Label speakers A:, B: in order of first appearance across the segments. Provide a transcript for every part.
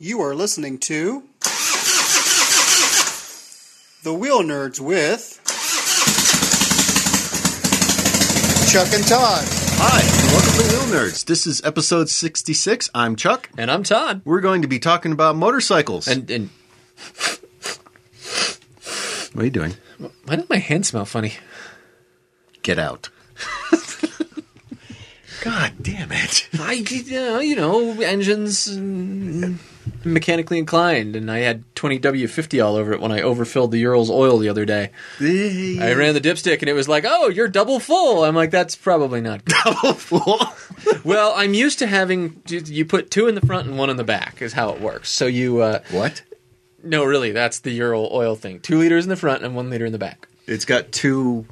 A: You are listening to The Wheel Nerds with Chuck and Todd.
B: Hi, and welcome to Wheel Nerds. This is episode 66. I'm Chuck.
C: And I'm Todd.
B: We're going to be talking about motorcycles.
C: And and
B: what are you doing?
C: why does my hand smell funny?
B: Get out. God damn it.
C: I you know, you know engines and mechanically inclined, and I had 20W50 all over it when I overfilled the Ural's oil the other day. I ran the dipstick, and it was like, "Oh, you're double full." I'm like, "That's probably not." good."
B: Double full.
C: well, I'm used to having you put two in the front and one in the back is how it works. So you uh,
B: What?
C: no, really, that's the Ural oil thing. Two liters in the front and one liter in the back.
B: It's got two.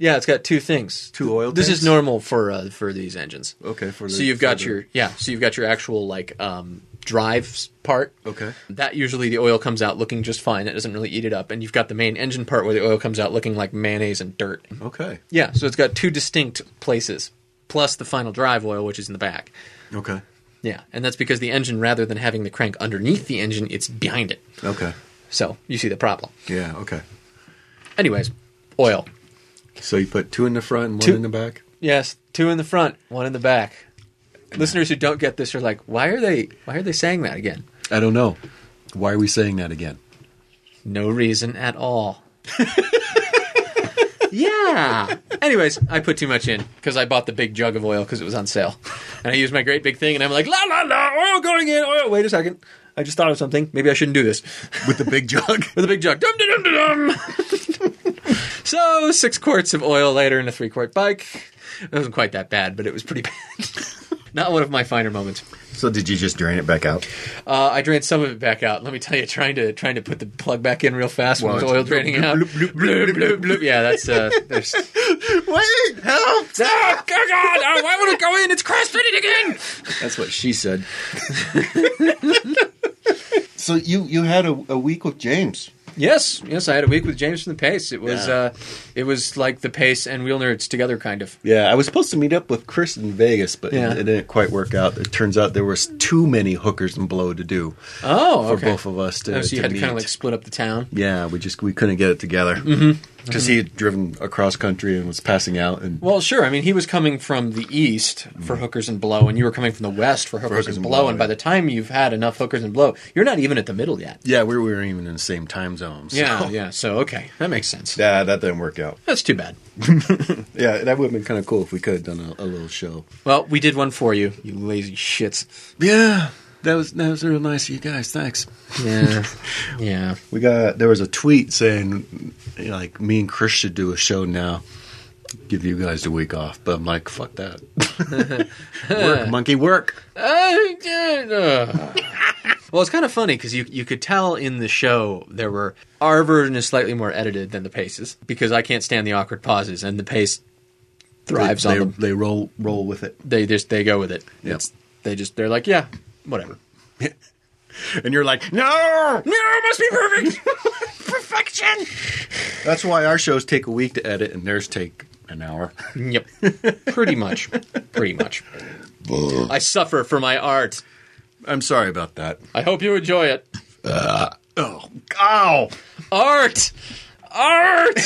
C: Yeah, it's got two things.
B: Two oil
C: This
B: tanks?
C: is normal for uh, for these engines.
B: Okay, for the-
C: so you've
B: for
C: got
B: the-
C: your yeah, so you've got your actual like um, drive s- part.
B: Okay.
C: That usually the oil comes out looking just fine. That doesn't really eat it up, and you've got the main engine part where the oil comes out looking like mayonnaise and dirt.
B: Okay.
C: Yeah, so it's got two distinct places, plus the final drive oil, which is in the back.
B: Okay.
C: Yeah, and that's because the engine, rather than having the crank underneath the engine, it's behind it.
B: Okay.
C: So you see the problem.
B: Yeah, okay.
C: Anyways, oil.
B: So you put two in the front and one
C: Two-
B: in the back?
C: Yes, two in the front, one in the back. Listeners who don't get this are like, why are they why are they saying that again?
B: I don't know. Why are we saying that again?
C: No reason at all. yeah. Anyways, I put too much in because I bought the big jug of oil because it was on sale, and I used my great big thing, and I'm like, la la la, oil going in, oil. Wait a second, I just thought of something. Maybe I shouldn't do this
B: With the big jug?
C: with a big jug. Dum dum dum dum. dum. so six quarts of oil later in a three quart bike. It wasn't quite that bad, but it was pretty bad. Not one of my finer moments.
B: So did you just drain it back out?
C: Uh, I drained some of it back out. Let me tell you, trying to trying to put the plug back in real fast
B: Well,
C: when the
B: it's-
C: oil draining out.
B: bloop, bloop, bloop,
C: Bloop, bloop, bloop. Yeah, that's uh, there's.
B: Wait! Help!
C: Ah, God! Ah, why would it go in? It's cross fitted again.
B: That's what she said. so you you had a, a week with James.
C: Yes, yes. I had a week with James from the Pace. It was
B: Yeah.
C: uh, it was like the Pace and Wheel Nerds together, kind of.
B: Yeah, I was supposed to meet up with Chris in Vegas, but
C: Yeah.
B: it, it didn't quite work out. It turns out there was too many hookers and blow to do
C: Oh,
B: for
C: okay.
B: both of us to,
C: Oh, so you
B: to
C: had to
B: meet.
C: kind of like split up the town.
B: yeah, we just we couldn't get it together because he had driven across country and was passing out and
C: Well, sure. I mean, he was coming from the east for hookers and blow, and you were coming from the west Mm. for hookers,
B: hookers
C: and
B: and
C: blow.
B: blow,
C: and by
B: yeah.
C: the time you've had enough hookers and blow, you're not even at the middle yet.
B: yeah, we weren't even in the same time zone. So.
C: Yeah, yeah. So okay, that makes sense.
B: Yeah, that didn't work out.
C: That's too bad.
B: Yeah, that would have been kind of cool if we could have done a, a little show.
C: Well, we did one for you, you lazy shits.
B: Yeah, that was that was real nice of you guys. Thanks.
C: Yeah, yeah.
B: We got there was a tweet saying you know, like me and Chris should do a show now. Give you guys a week off, but I'm like, fuck that. work, monkey, work.
C: well, it's kind of funny because you you could tell in the show there were our version is slightly more edited than the paces because I can't stand the awkward pauses and the pace thrives
B: they, they,
C: on them.
B: they roll roll with it,
C: They just they go with it.
B: Yep.
C: It's- They just they're like yeah whatever.
B: and you're like, no.
C: No, it must be perfect.
B: Perfection. That's why our shows take a week to edit, and theirs take an hour.
C: yep, pretty much, pretty much. I suffer for my art.
B: I'm sorry about that.
C: I hope you enjoy it.
B: Oh, ow!
C: Art, art.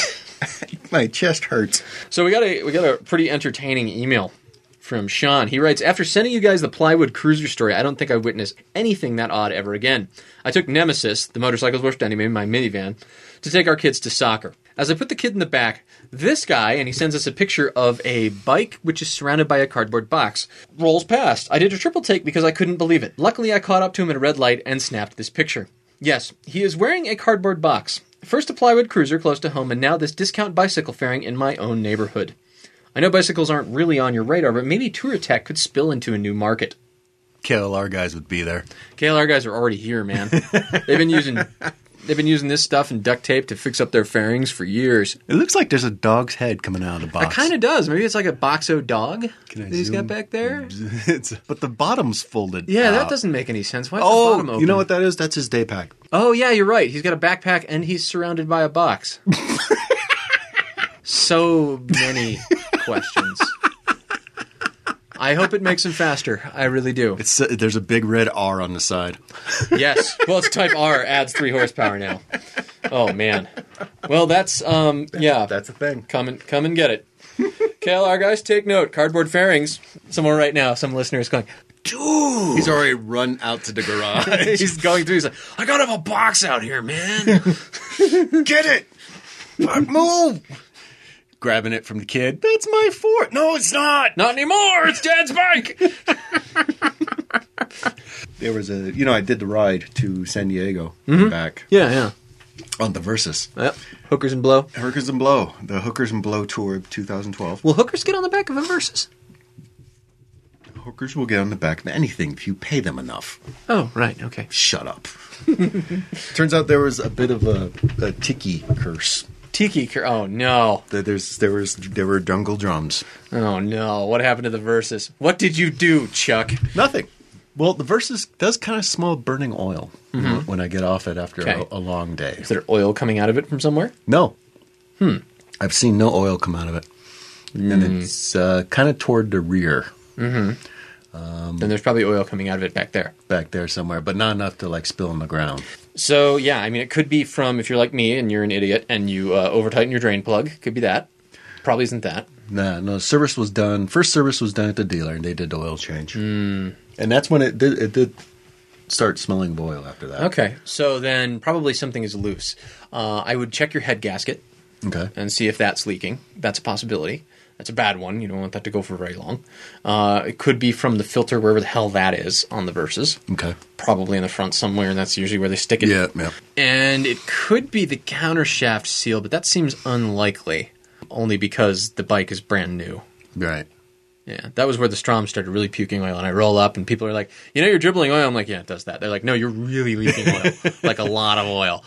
B: My chest hurts.
C: So we got a we got a pretty entertaining email from Sean. He writes, "After sending you guys the plywood cruiser story, I don't think I witnessed anything that odd ever again. I took Nemesis, the motorcycle's worst enemy, in my minivan, to take our kids to soccer. As I put the kid in the back, this guy, and he sends us a picture of a bike which is surrounded by a cardboard box, rolls past. I did a triple take because I couldn't believe it. Luckily, I caught up to him at a red light and snapped this picture. Yes, he is wearing a cardboard box. First a plywood cruiser close to home, and now this discount bicycle fairing in my own neighborhood. I know bicycles aren't really on your radar, but maybe Tour Attack could spill into a new market.
B: KLR guys would be there.
C: KLR guys are already here, man. they've been using they've been using this stuff and duct tape to fix up their fairings for years.
B: It looks like there's a dog's head coming out of the box.
C: It kind of does. Maybe it's like a boxo dog
B: Can I
C: that he's
B: zoom?
C: got back there.
B: It's, but the bottom's folded.
C: Yeah,
B: out.
C: that doesn't make any sense. Why is the bottom
B: Oh,
C: open?
B: you know what that is? That's his day pack.
C: Oh yeah, you're right. He's got a backpack and he's surrounded by a box. so many questions. I hope it makes him faster. I really do.
B: It's uh, there's a big red R on the side.
C: Yes. Well, it's Type R adds three horsepower now. Oh man. Well, that's um yeah.
B: That's a thing.
C: Come and come and get it. KLR guys, take note. Cardboard fairings. Someone right now, some listener is going.
B: Dude, he's already run out to the garage.
C: He's going through. He's like, I gotta have a box out here, man.
B: Get it, But move. Grabbing it from the kid. That's my fort. No, it's not.
C: Not anymore. It's Dad's bike.
B: There was a you know I did the ride to San Diego and back
C: Yeah, yeah.
B: on the Versus
C: Yep. Hookers and blow.
B: Hookers and Blow, the Hookers and Blow tour of 2012.
C: Will hookers get on the back of a versus?
B: Hookers will get on the back of anything if you pay them enough.
C: Oh, right. Okay.
B: Shut up. Turns out there was a bit of a, a tiki curse.
C: Tiki. Cur- oh no.
B: There- There's there was there were jungle drums.
C: Oh no. What happened to the versus? What did you do, Chuck?
B: Nothing. Well, the verses does kind of smell of burning oil when I get off it after
C: Mm-hmm. Okay.
B: a, a long day.
C: Is there oil coming out of it from somewhere?
B: No. Hmm. I've seen no oil come out of it, and
C: Hmm.
B: it's uh, kind of toward the rear
C: Then there's probably oil coming out of it back there.
B: back there somewhere, but not enough to like spill on the ground.
C: So yeah, I mean, it could be from if you're like me and you're an idiot and you uh, over tighten your drain plug. Could be that. Probably isn't that.
B: No, no. Service was done. First service was done at the dealer, and they did the oil change.
C: Hmm.
B: And that's when it did. It did start smelling of oil after that.
C: Okay. So then probably something is loose. Uh, I would check your head gasket
B: Okay.
C: and see if that's leaking. That's a possibility. That's a bad one. You don't want that to go for very long. Uh, it could be from the filter wherever the hell that is on the verses.
B: Okay.
C: Probably in the front somewhere, and that's usually where they stick it.
B: Yeah. Yeah.
C: And it could be the countershaft seal, but that seems unlikely, only because the bike is brand new.
B: Right.
C: Yeah, that was where the Strom started really puking oil, and I roll up, and people are like, "You know, you're dribbling oil." I'm like, "Yeah, it does that." They're like, "No, you're really leaking oil, like a lot of oil."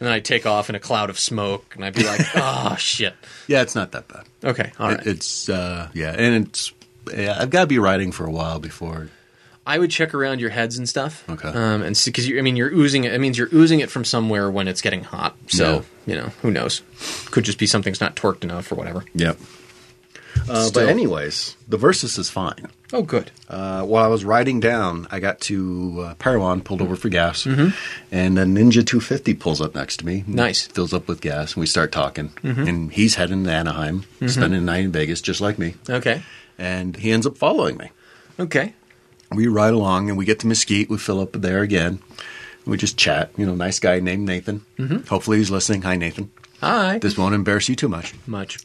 C: And then I take off in a cloud of smoke, and I'd be like, "Oh shit."
B: Yeah. It's not that bad.
C: Okay, all right.
B: It, it's uh, yeah, and it's yeah, I've got to be riding for a while before.
C: I would check around your heads and stuff.
B: Okay.
C: Um, and see, because I mean, you're oozing it. It means you're oozing it from somewhere when it's getting hot. So you know, who knows? Could just be something's not torqued enough or whatever.
B: Yep. Uh, but
C: Still.
B: anyways, the Versus is fine.
C: Oh, good.
B: Uh, while I was riding down, I got to uh, Parowan, pulled over for gas, and a Ninja 250 pulls up next to me.
C: Mm-hmm. Nice. Mm-hmm.
B: Fills up with gas, and we start talking. And he's heading to Anaheim, spending the night in Vegas, just like me.
C: Okay.
B: And he ends up following me.
C: Okay.
B: We ride along, and we get to Mesquite. We fill up there again. We just chat. You know, nice guy named Nathan.
C: Mm-hmm.
B: Hopefully, he's listening. Hi, Nathan.
C: Hi.
B: This won't embarrass you too much.
C: much.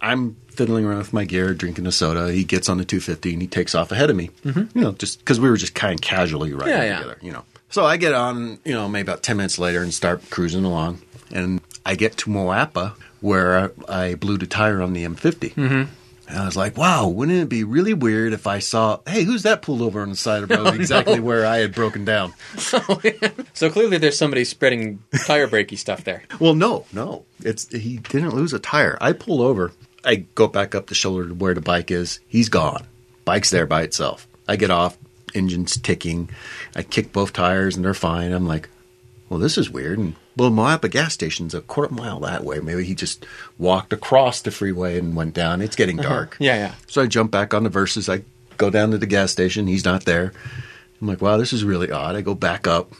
B: I'm fiddling around with my gear, drinking a soda. He gets on the 250 and he takes off ahead of me. You know, just because we were just kind of casually riding
C: Yeah, yeah.
B: together. You know, so I get on. You know, maybe about 10 minutes later and start cruising along. And I get to Moapa where I blew the tire on the M50. Mm-hmm. And I was like, wow, wouldn't it be really weird if I saw, hey, who's that pulled over on the side of the road exactly where I had broken down?
C: so clearly, there's somebody spreading tire breaky stuff there.
B: Well, no, no. It's he didn't lose a tire. I pull over. I go back up the shoulder to where the bike is. He's gone. Bike's there by itself. I get off. Engine's ticking. I kick both tires and they're fine. I'm like, well, this is weird. And well, Moapa gas station's a quarter mile that way. Maybe he just walked across the freeway and went down. It's getting dark.
C: Yeah, yeah.
B: So I jump back on the verses. I go down to the gas station. He's not there. I'm like, wow, this is really odd. I go back up.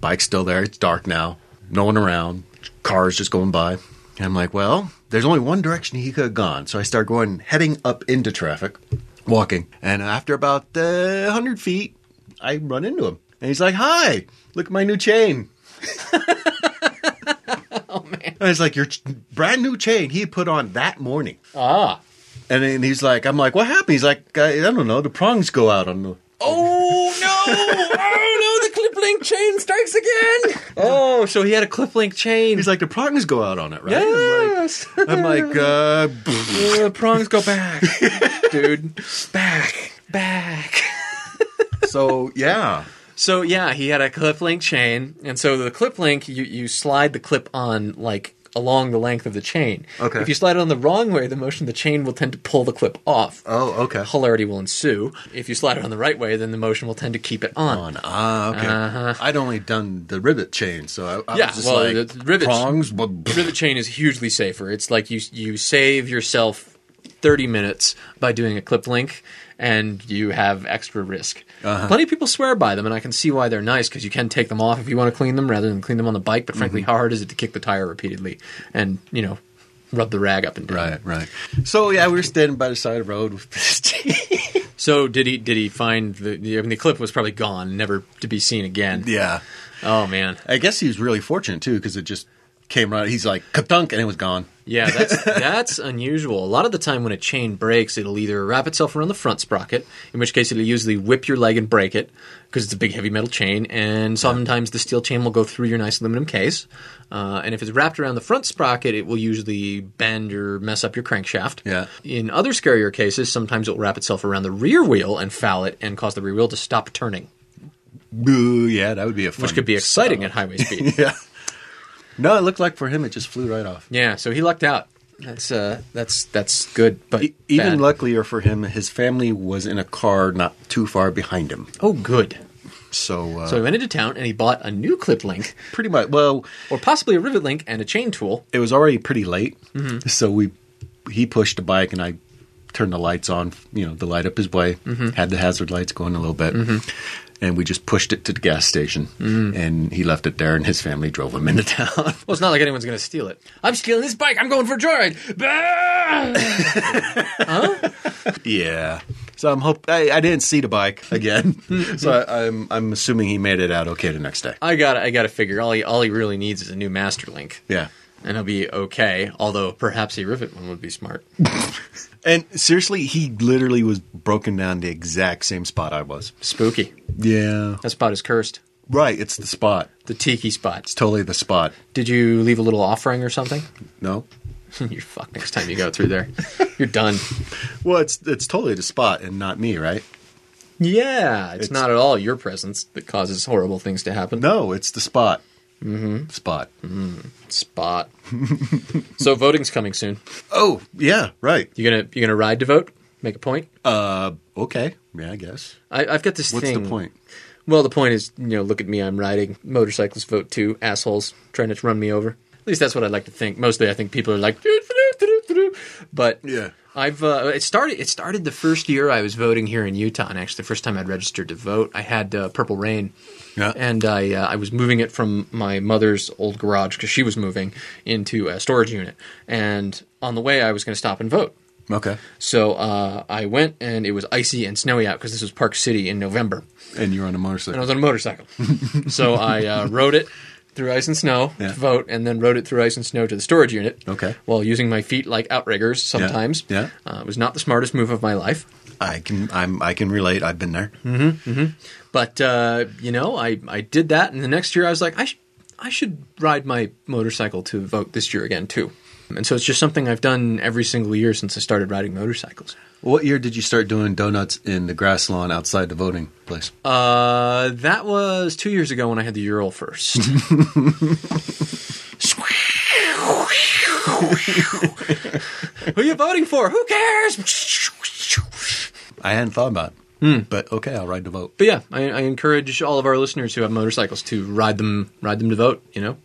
B: Bike's still there. It's dark now. No one around. Cars just going by. And I'm like, well, there's only one direction he could have gone. So I start going, heading up into traffic, walking. And after about uh, 100 feet, I run into him. And he's like, hi, look at my new chain. oh, man. I was like, your ch- brand new chain he put on that morning.
C: Ah.
B: And then he's like, I'm like, what happened? He's like, I, I don't know. The prongs go out on the.
C: Oh no! Oh no! The clip link chain strikes again. Oh, so he had a clip link chain.
B: He's like, the prongs go out on it, right?
C: yes.
B: I'm like, I'm like uh,
C: Uh, prongs go back, dude. Back, back.
B: so yeah.
C: So yeah, he had a clip link chain, and so the clip link you you slide the clip on like along the length of the chain.
B: Okay.
C: If you slide it on the wrong way, the motion of the chain will tend to pull the clip off.
B: Oh, okay.
C: Hilarity will ensue. If you slide it on the right way, then the motion will tend to keep it on.
B: On. Ah, okay. I'd only done the rivet chain, so I, I
C: Uh-huh. Yeah,
B: was just
C: well,
B: like,
C: the- the rivet-
B: prongs. But
C: Rivet chain is hugely safer. It's like you you save yourself 30 minutes by doing a clip link, and you have extra risk. Plenty of people swear by them, and I can see why they're nice because you can take them off if you want to clean them rather than clean them on the bike. But frankly, how hard is it to kick the tire repeatedly and, you know, rub the rag up and down?
B: Right, right. So yeah, we were standing by the side of the road.
C: So did he? Did he find the? the- I mean, the clip was probably gone, never to be seen again.
B: yeah,
C: Oh man,
B: I guess he was really fortunate too because it just came right. He's like katunk, and it was gone.
C: yeah, that's that's unusual. A lot of the time, when a chain breaks, it'll either wrap itself around the front sprocket, in which case it'll usually whip your leg and break it because it's a big heavy metal chain, and sometimes the steel chain will go through your nice aluminum case. Uh, and if it's wrapped around the front sprocket, it will usually bend or mess up your crankshaft.
B: Yeah.
C: In other scarier cases, sometimes it'll wrap itself around the rear wheel and foul it and cause the rear wheel to stop turning,
B: Boo! Yeah, that would be a fun
C: which could be exciting at highway speed.
B: yeah. No, it looked like for him it just flew right off.
C: Yeah, so he lucked out. That's uh, that's that's good, but
B: E- Even
C: bad.
B: luckier for him, his family was in a car not too far behind him.
C: oh, good.
B: So, uh,
C: So he went into town and he bought a new clip link,
B: pretty much, well,
C: or possibly a rivet link and a chain tool.
B: it was already pretty late.
C: Mm-hmm.
B: So we he pushed the bike and I turned the lights on, you know, the light up his way,
C: Mm-hmm.
B: had the hazard lights going a little bit. And we just pushed it to the gas station,
C: Mm-hmm.
B: and he left it there, and his family drove him into town.
C: Well, it's not like anyone's going to steal it. I'm stealing this bike. I'm going for a joyride. Bah!
B: yeah, so I'm hope I, I didn't see the bike again, so I, I'm I'm assuming he made it out okay the next day.
C: I got I got to figure. All he all he really needs is a new master link,
B: Yeah,
C: and he'll be okay. Although perhaps a rivet one would be smart.
B: And seriously, he literally was broken down the exact same spot I was.
C: Spooky.
B: Yeah.
C: That spot is cursed.
B: Right, it's the spot.
C: The tiki spot.
B: It's totally the spot.
C: Did you leave a little offering or something?
B: No?
C: You're fucked next time you go through there. You're done.
B: Well, it's it's totally the spot and not me, right?
C: Yeah, it's,
B: It's-
C: not at all your presence that causes horrible things to happen.
B: No, it's the spot. Mm-hmm. Spot.
C: Spot. so voting's coming soon.
B: Oh, yeah, right.
C: You gonna you gonna ride to vote? Make a point.
B: Uh, okay. Yeah, I guess.
C: I, I've got this
B: What's
C: thing.
B: the point?
C: Well, the point is, you know, look at me. I'm riding. Motorcyclists vote too. Assholes trying to run me over. At least that's what I like to think. Mostly, I think people are like, "Doo, doo, doo, doo, doo," but
B: Yeah.
C: I've uh, it started. It started the first year I was voting here in Utah, and actually the first time I'd registered to vote, I had uh, Purple Rain,
B: Yeah.
C: and I uh, I was moving it from my mother's old garage because she was moving into a storage unit, and on the way I was going to stop and vote.
B: Okay.
C: So uh, I went, and it was icy and snowy out because this was Park City in November,
B: And you're on a
C: and I
B: motorcycle.
C: was on a motorcycle. so I uh, rode it through ice and snow
B: Yeah.
C: to vote, and then rode it through ice and snow to the storage unit.
B: Okay.
C: While using my feet like outriggers sometimes.
B: yeah.
C: Uh, it was not the smartest move of my life,
B: I Hmm. can I'm I can relate. I've been there.
C: but uh, you know, I I did that, and the next year I was like, I sh- I should ride my motorcycle to vote this year again too. And so it's just something I've done every single year since I started riding motorcycles.
B: What year did you start doing donuts in the grass lawn outside the voting place?
C: Uh, that was two years ago when I had the Ural first. Who are you voting for? Who cares?
B: I hadn't thought about. it. But okay, I'll ride to vote.
C: But yeah, I, I encourage all of our listeners who have motorcycles to ride them, ride them to vote. You know,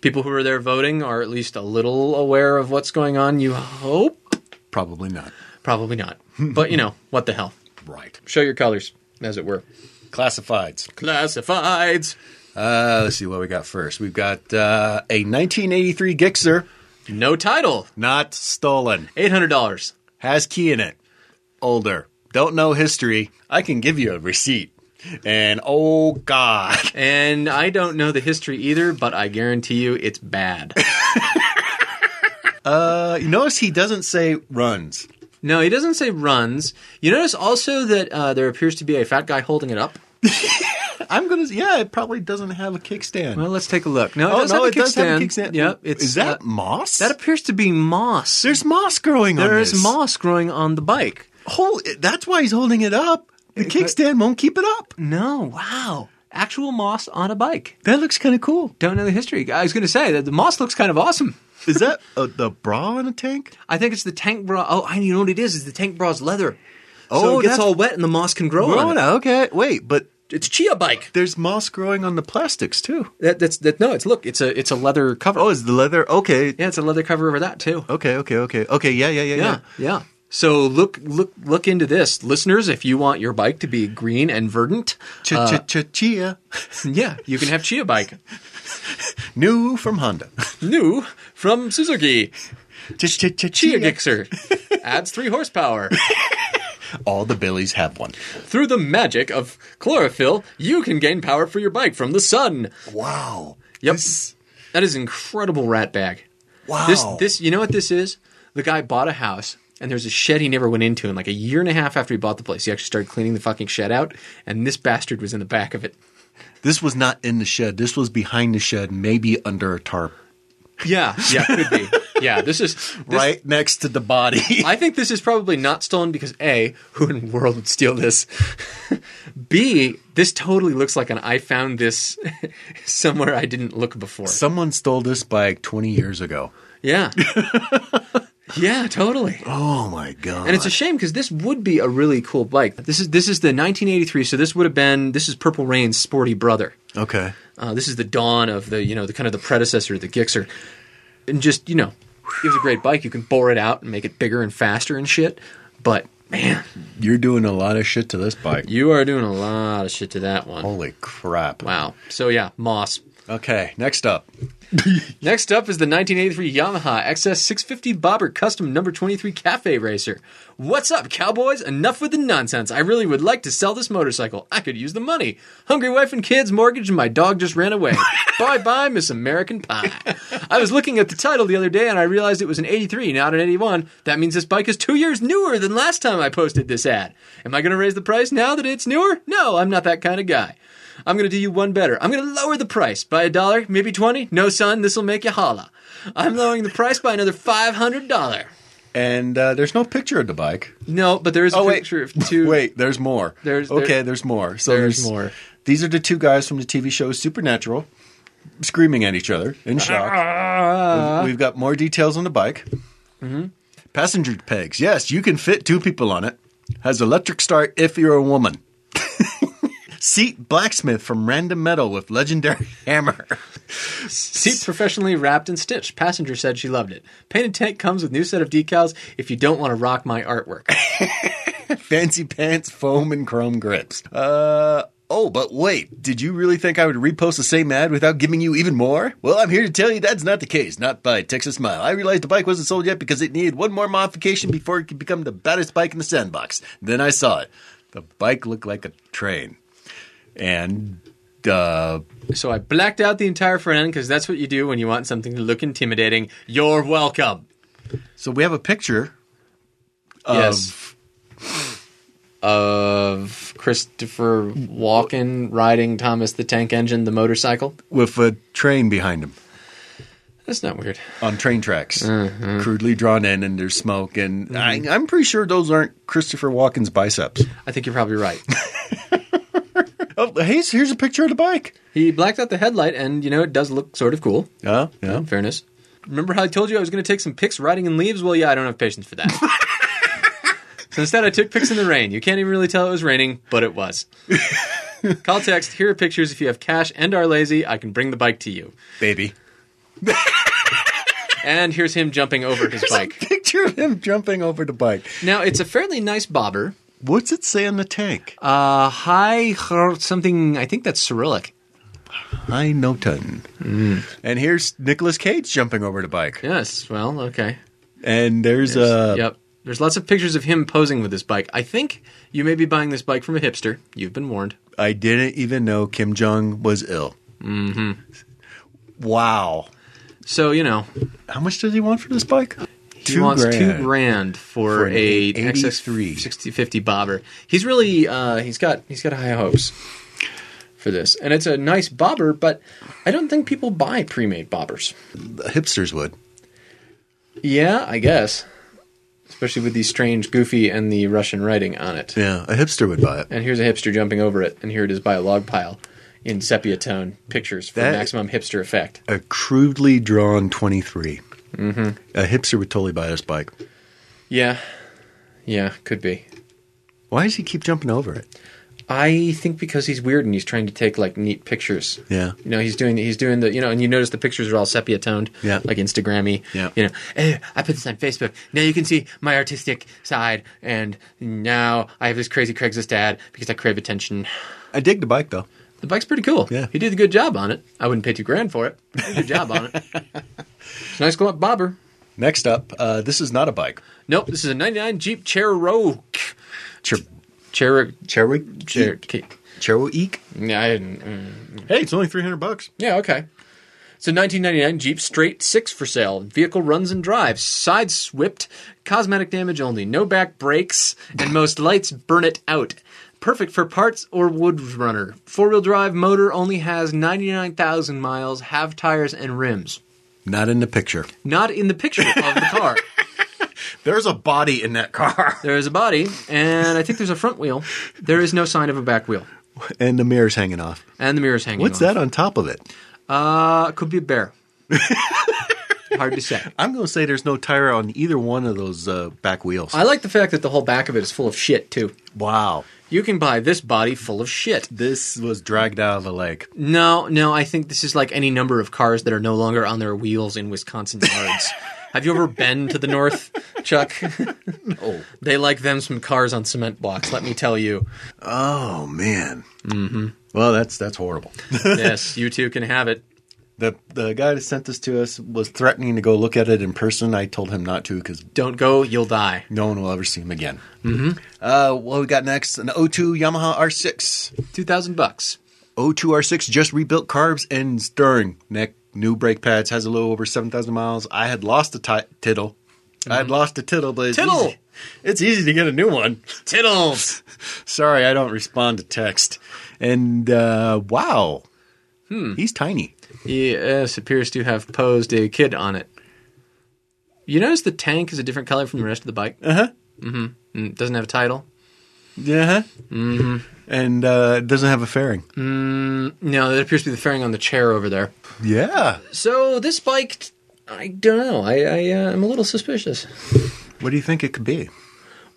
C: people who are there voting are at least a little aware of what's going on. You hope,
B: Probably not.
C: probably not, but you know, what the hell?
B: Right.
C: Show your colors, as it were.
B: Classifieds.
C: Classifieds.
B: Uh, let's see what we got first. We've got uh, a 1983 Gixxer,
C: No title.
B: not stolen,
C: Eight hundred dollars.
B: has key in it, older, don't know history. I can give you a receipt. And oh god,
C: And I don't know the history either, but I guarantee you it's bad.
B: uh, you notice he doesn't say runs.
C: no, he doesn't say runs. You notice also that uh, there appears to be a fat guy holding it up.
B: I'm gonna. Yeah, it probably doesn't have a kickstand. Oh,
C: Well, let's take a look. Oh, No, it does have a kickstand. Yeah, it's,
B: is that
C: uh,
B: moss?
C: that appears to be moss.
B: There's moss growing on
C: there is
B: this.
C: moss growing on the bike.
B: Hol- that's why he's holding it up. The kickstand won't keep it up.
C: No, wow, actual moss on a bike.
B: That looks kind of cool.
C: Don't know the history. I was going to say that the moss looks kind of awesome.
B: Is that uh, the bra in a tank?
C: I think it's the tank bra. Oh, I you know what it is. Is the tank bra's leather.
B: Oh,
C: so it gets
B: that's-
C: all wet and the moss can grow on it.
B: Rona, okay. Wait, but
C: It's chia bike.
B: there's moss growing on the plastics too.
C: That, that's that. No, it's look. It's a it's a leather cover.
B: Oh, is the leather okay?
C: yeah, it's a leather cover over that too.
B: Okay, okay, okay, okay. Oh, Yeah, yeah, yeah, yeah.
C: Yeah, yeah. So look look look into this, listeners. If you want your bike to be green and verdant,
B: Ch-ch-ch-chia.
C: yeah, you can have Chia Bike,
B: New from Honda.
C: new from Suzuki. Chia
B: Ch-ch-ch-chia.
C: Gixxer adds three horsepower.
B: All the Billies have one.
C: Through the magic of chlorophyll, you can gain power for your bike from the sun.
B: Wow.
C: Yep,
B: This-
C: that is incredible rat bag.
B: Wow.
C: This this you know what this is? The guy bought a house and there's a shed he never went into and like a year and a half after he bought the place, he actually started cleaning the fucking shed out and this bastard was in the back of it.
B: This was not in the shed. This was behind the shed, maybe under a tarp,
C: Yeah, yeah, could be. Yeah, this is this-
B: right next to the body.
C: I think this is probably not stolen because A, who in the world would steal this? B, this totally looks like an I found this somewhere I didn't look before.
B: Someone stole this bike 20 years ago.
C: Yeah. yeah, totally.
B: Oh my god.
C: And it's a shame because this would be a really cool bike. This is this is the 1983, so this would have been this is Purple Rain's sporty brother.
B: okay.
C: Uh, this is the dawn of the you know the kind of the predecessor, of the Gixxer, and just you know, it was a great bike. You can bore it out and make it bigger and faster and shit. But man,
B: You're doing a lot of shit to this bike.
C: you are doing a lot of shit to that one.
B: Holy crap.
C: Wow. So yeah, Moss.
B: Okay, next up.
C: Next up is the 1983 Yamaha XS650 Bobber Custom Number 23 Cafe Racer. What's up, cowboys? Enough with the nonsense. I really would like to sell this motorcycle. I could use the money. Hungry wife and kids, mortgage, and my dog just ran away. bye bye, Miss American Pie. I was looking at the title the other day and I realized it was an 83, not an 81. That means this bike is two years newer than last time I posted this ad. Am I going to raise the price now that it's newer? No, I'm not that kind of guy. I'm going to do you one better. I'm going to lower the price by a dollar, maybe 20. No, son, this will make you holla. I'm lowering the price by another $500.
B: And uh, there's no picture of the bike.
C: No, but there is a picture of two.
B: Oh, Wait, there's more.
C: There's-
B: okay,
C: there-
B: there's more. So
C: there's
B: there's,
C: more.
B: These are the two guys from the TV show Supernatural, screaming at each other in shock.
C: Ah.
B: We've, we've got more details on the bike.
C: Mm-hmm.
B: Passenger pegs. Yes, you can fit two people on it. Has electric start if you're a woman. Seat blacksmith from Random Metal with legendary hammer.
C: Seat professionally wrapped and stitched. Passenger said she loved it. Painted tank comes with new set of decals if you don't want to rock my artwork.
B: Fancy pants, foam, and chrome grips. Uh, oh, but wait, did you really think I would repost the same ad without giving you even more? Well, I'm here to tell you that's not the case, not by Texas Mile. I realized the bike wasn't sold yet because it needed one more modification before it could become the baddest bike in the sandbox. Then I saw it. The bike looked like a train. And, uh,
C: so I blacked out the entire front end because that's what you do when you want something to look intimidating. You're welcome.
B: so we have a picture of.
C: yes. Of Christopher Walken riding Thomas the Tank Engine, the motorcycle.
B: With a train behind him.
C: That's not weird.
B: on train tracks, crudely drawn in, and there's smoke. And I, I'm pretty sure those aren't Christopher Walken's biceps.
C: I think you're probably right.
B: Oh, hey, here's a picture of the bike.
C: he blacked out the headlight, and you know it does look sort of cool.
B: Yeah,
C: In fairness, remember how I told you I was going to take some pics riding in leaves? Well, yeah, I don't have patience for that. so instead, I took pics in the rain. You can't even really tell it was raining, but it was. Call text. Here are pictures. If you have cash and are lazy, I can bring the bike to you.
B: baby.
C: And here's him jumping over his bike.
B: Picture of him jumping over the bike.
C: Now it's a fairly nice bobber.
B: What's it say on the tank?
C: Uh, high something. I think that's Cyrillic.
B: High Noton. And here's Nicolas Cage jumping over the bike.
C: Yes. Well, okay.
B: And there's uh,
C: yep. There's lots of pictures of him posing with this bike. I think you may be buying this bike from a hipster. You've been warned.
B: I didn't even know Kim Jong was ill. Mm-hmm. Wow.
C: So you know,
B: How much does he want for this bike?
C: he wants two grand for,
B: For an
C: a
B: 83.
C: XS sixty fifty bobber. He's really uh, he's got he's got high hopes for this, and it's a nice bobber. But I don't think people buy pre made bobbers.
B: Hipsters would.
C: Yeah, I guess, especially with the strange goofy and the Russian writing on it.
B: Yeah, a hipster would buy it.
C: And here's a hipster jumping over it, and here it is by a log pile in sepia tone pictures for
B: That-
C: maximum hipster effect.
B: a crudely drawn 23. Mm-hmm. A hipster would totally buy this bike.
C: Yeah. Yeah, could be.
B: Why does he keep jumping over it?
C: I think because he's weird and he's trying to take like neat pictures.
B: Yeah.
C: You know, he's doing he's doing the you know, and you notice the pictures are all sepia toned.
B: Yeah.
C: Like Instagrammy.
B: Yeah.
C: You know, "Eh, I put this on Facebook. Now you can see my artistic side, and now I have this crazy Craigslist ad because I crave attention.
B: I dig the bike though.
C: The bike's pretty cool.
B: Yeah.
C: He did a good job on it. I wouldn't pay two grand for it. He did a good job on it. It's a nice clump bobber.
B: Next up, uh, this is not a bike.
C: Nope, this is a 99 Jeep Cherokee.
B: Cher-
C: Cherokee.
B: Cherwick?
C: Cherokee.
B: Cherwick?
C: Yeah, I didn't. mm.
B: Hey, it's only 300 bucks.
C: Yeah, okay. It's a 1999 Jeep Straight 6 for sale. Vehicle runs and drives. Sides whipped. Cosmetic damage only. No back brakes. And most lights burn it out. Perfect for parts or wood runner. Four wheel drive motor only has 99,000 miles. Have tires and rims.
B: Not in the picture.
C: Not in the picture of the car.
B: There's a body in that car.
C: There is a body, and I think there's a front wheel. There is no sign of a back wheel.
B: and the mirror's hanging off.
C: And the mirror's hanging
B: What's
C: on.
B: that on top of it?
C: Uh, could be a bear. Hard to say.
B: I'm going to say there's no tire on either one of those uh, back wheels.
C: I like the fact that the whole back of it is full of shit too.
B: wow.
C: You can buy this body full of shit.
B: This was dragged out of a lake.
C: No, no, I think this is like any number of cars that are no longer on their wheels in Wisconsin yards. Have you ever been to the north, Chuck?
B: Oh.
C: they like them some cars on cement blocks, let me tell you.
B: Oh, man. Mm-hmm. Well, that's that's horrible.
C: Yes, you too can have it.
B: the The guy that sent this to us was threatening to go look at it in person. I told him not to because
C: Don't go, you'll die.
B: no one will ever see him again. Mm-hmm. Uh, what we got next? An O2 Yamaha R6.
C: 2000 bucks.
B: O2 R6 just rebuilt carbs and steering. Neck, new brake pads, has a little over 7,000 miles. I had lost a ti- tittle. I had lost a tittle, but it's
C: Tittle!
B: Easy. It's easy to get a new one.
C: Tittles.
B: Sorry, I don't respond to text. And uh, wow, he's tiny.
C: Yes, appears to have posed a kid on it. You notice the tank is a different color from the rest of the bike? Uh-huh. Mm-hmm. Mm, Doesn't have a title?
B: Yeah. Mm-hmm. And uh, doesn't have a fairing.
C: No, that appears to be the fairing on the chair over there.
B: Yeah.
C: So this bike, I don't know. I, I uh, am a little suspicious.
B: What do you think it could be?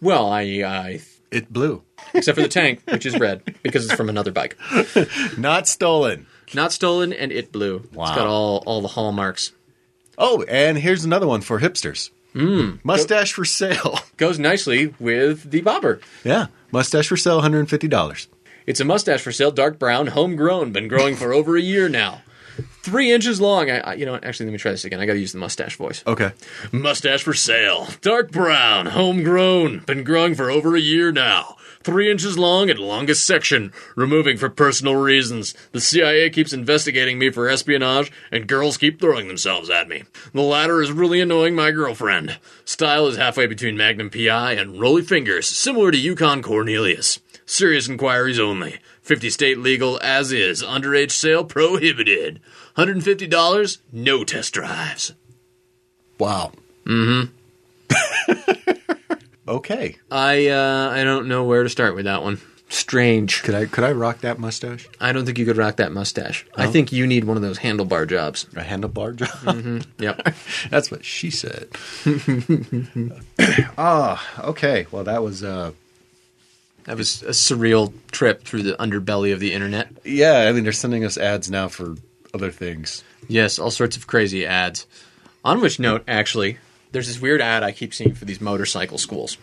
C: Well, I, I
B: It blew.
C: except for the tank, which is red because it's from another bike,
B: Not stolen.
C: not stolen, and it blew.
B: Wow.
C: It's got all all the hallmarks.
B: Oh, and here's another one for hipsters. Mm. Mustache for sale.
C: Goes nicely with the bobber.
B: Yeah, mustache for sale, hundred and fifty dollars.
C: It's a mustache for sale, dark brown, homegrown, been growing for over a year now. Three inches long. I, I, you know, what? actually, let me try this again. I got to use the mustache voice.
B: Okay.
C: Mustache for sale. Dark brown, homegrown. Been growing for over a year now. Three inches long at longest section. Removing for personal reasons. The CIA keeps investigating me for espionage, and girls keep throwing themselves at me. The latter is really annoying my girlfriend. Style is halfway between Magnum PI and Rolly Fingers, similar to Yukon Cornelius. Serious inquiries only. 50 state legal as is. Underage sale prohibited. $150, no test drives.
B: Wow. Mm-hmm. okay.
C: I uh, I don't know where to start with that one. Strange.
B: Could I could I rock that mustache?
C: I don't think you could rock that mustache. I think you need one of those handlebar jobs.
B: A handlebar job.
C: Yep.
B: That's what she said. Ah, okay. Well, that was uh
C: that was a surreal trip through the underbelly of the internet.
B: yeah, I mean they're sending us ads now for other things.
C: Yes, all sorts of crazy ads. On which note, actually, there's this weird ad I keep seeing for these motorcycle schools.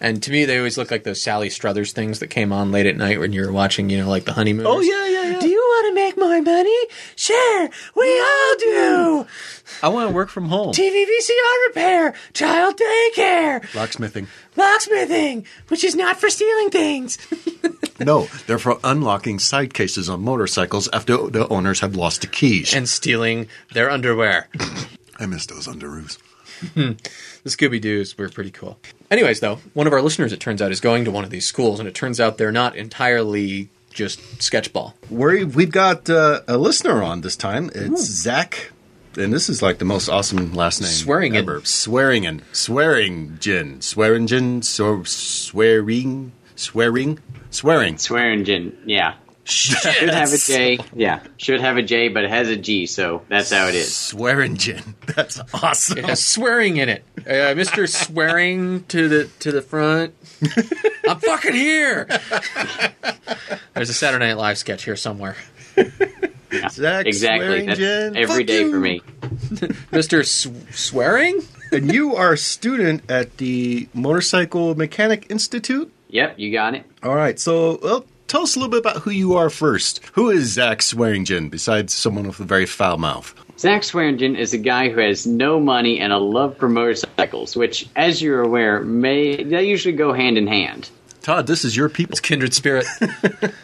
C: And to me, they always look like those Sally Struthers things that came on late at night when you were watching, you know, like the honeymoon.
B: Oh, yeah, yeah, yeah.
C: Do you want to make more money? Sure, we all do.
B: I want to work from home.
C: TVVCR repair, child daycare,
B: Locksmithing.
C: locksmithing, which is not for stealing things.
B: No, they're for unlocking side cases on motorcycles after the owners have lost the keys.
C: And stealing their underwear.
B: I miss those underoos.
C: The Scooby Doo's were pretty cool. Anyways, though, one of our listeners, it turns out, is going to one of these schools, and it turns out they're not entirely just sketchball.
B: we we've got uh, a listener on this time. It's Zach, and this is like the most awesome last name
C: Swearingen.
B: ever. Swearingen, Swearingen, Swearingen, so, swearing, swearing, swearing.
D: Swearingen, yeah. Should have a J. Yeah, should have a J, but it has a G, so that's how it is.
B: Swearingen. That's awesome.
C: It has swearing in it. Uh, Mr. swearing to the to the front. I'm fucking here. There's a Saturday Night Live sketch here somewhere.
D: Yeah,
B: Zach
D: exactly. That's
B: Swearingen,
D: every
B: fuck
D: day for
B: you.
D: me.
C: Mr. Sw- swearing?
B: and you are a student at the Motorcycle Mechanic Institute.
D: Yep, you got it.
B: All right, so well, tell us a little bit about who you are first. Who is Zach Swearingen besides someone with a very foul mouth?
D: Zach Swearingen is a guy who has no money and a love for motorcycles, which, as you're aware, may they usually go hand in hand.
B: Todd, this is your people.
C: It's kindred spirit.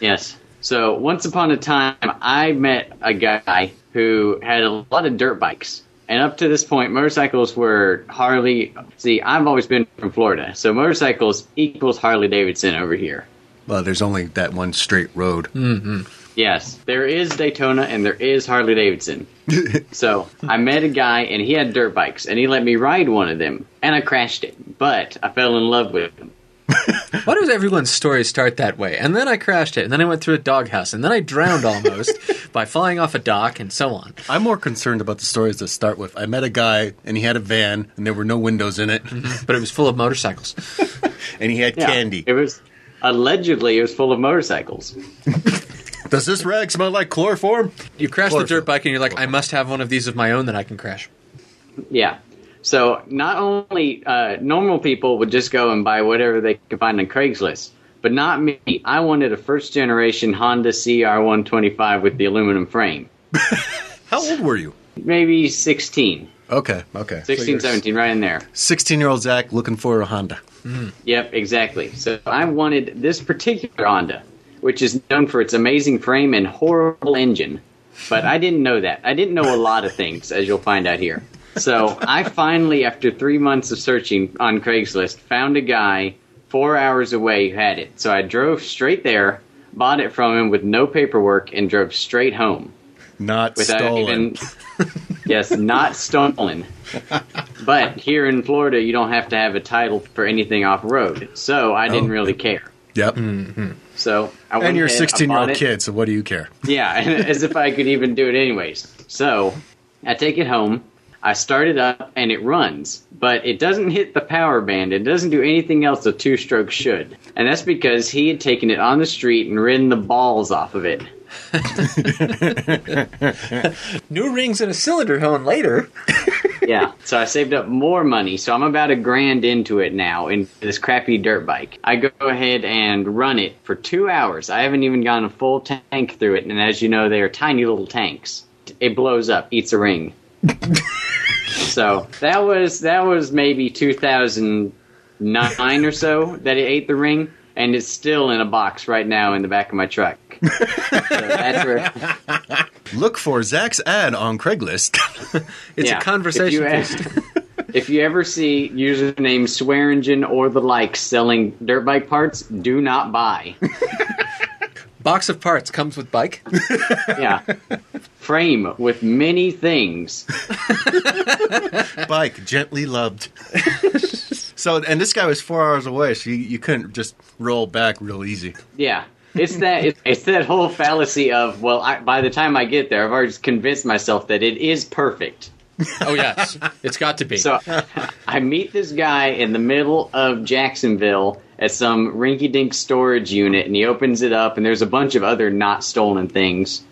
D: Yes. So once upon a time, I met a guy who had a lot of dirt bikes. And up to this point, motorcycles were Harley. See, I've always been from Florida, so motorcycles equals Harley Davidson over here.
B: Well, there's only that one straight road.
D: Yes, there is Daytona and there is Harley Davidson. so I met a guy and he had dirt bikes and he let me ride one of them and I crashed it, but I fell in love with him.
C: Why does everyone's story start that way? And then I crashed it, and then I went through a doghouse, and then I drowned almost by flying off a dock, and so on.
B: I'm more concerned about the stories that start with I met a guy and he had a van and there were no windows in it
C: But it was full of motorcycles.
B: and he had
D: Yeah,
B: candy.
D: It was allegedly it was full of motorcycles.
B: Does this rag smell like chloroform?
C: You crash the
B: Chlorophyll.
C: dirt bike, and you're like, I must have one of these of my own that I can crash.
D: Yeah. So not only uh, normal people would just go and buy whatever they could find on Craigslist, but not me. I wanted a first generation Honda CR125 with the aluminum frame.
B: How old were you?
D: Maybe 16,
B: Okay, okay.
D: 16, 17, right in there.
B: 16 year old Zach looking for a Honda.
D: Yep, exactly. So I wanted this particular Honda, which is known for its amazing frame and horrible engine. But I didn't know that. I didn't know a lot of things, as you'll find out here. So I finally, after three months of searching on Craigslist, found a guy four hours away who had it. So I drove straight there, bought it from him with no paperwork, and drove straight home
B: Not
D: without
B: stolen.
D: even. yes, not stolen. But here in Florida, you don't have to have a title for anything off road, so I didn't
B: Oh.
D: really care.
B: Yep.
D: So I went
B: And you're a
D: ahead, I
B: 16 year
D: bought
B: old
D: it.
B: kid, so what do you care?
D: Yeah, as if I could even do it anyways. So I take it home. I start it up and it runs, but it doesn't hit the power band. It doesn't do anything else a two stroke should. And that's because he had taken it on the street and ridden the balls off of it.
C: New rings and a cylinder going later.
D: yeah. So I saved up more money. So I'm about a grand into it now in this crappy dirt bike. I go ahead and run it for two hours. I haven't even gone a full tank through it. And as you know, they are tiny little tanks. It blows up, eats a ring. so that was that was maybe 2009 or so that it ate the ring, and it's still in a box right now in the back of my truck. so that's where.
B: Look for Zach's ad on Craigslist.
C: It's
D: Yeah.
C: a conversation. piece.
D: If you, if you ever see username Swearingen or the like selling dirt bike parts, do not buy.
C: Box of parts comes with bike.
D: Yeah. Frame with many things.
B: Bike, gently loved. so, and this guy was four hours away, so you, you couldn't just roll back real easy.
D: Yeah. It's that it's, it's that whole fallacy of well, I, by the time I get there, I've already convinced myself that it is perfect.
C: Oh yes, it's got to be.
D: So I meet this guy in the middle of Jacksonville at some rinky dink storage unit, and he opens it up, and there's a bunch of other not stolen things.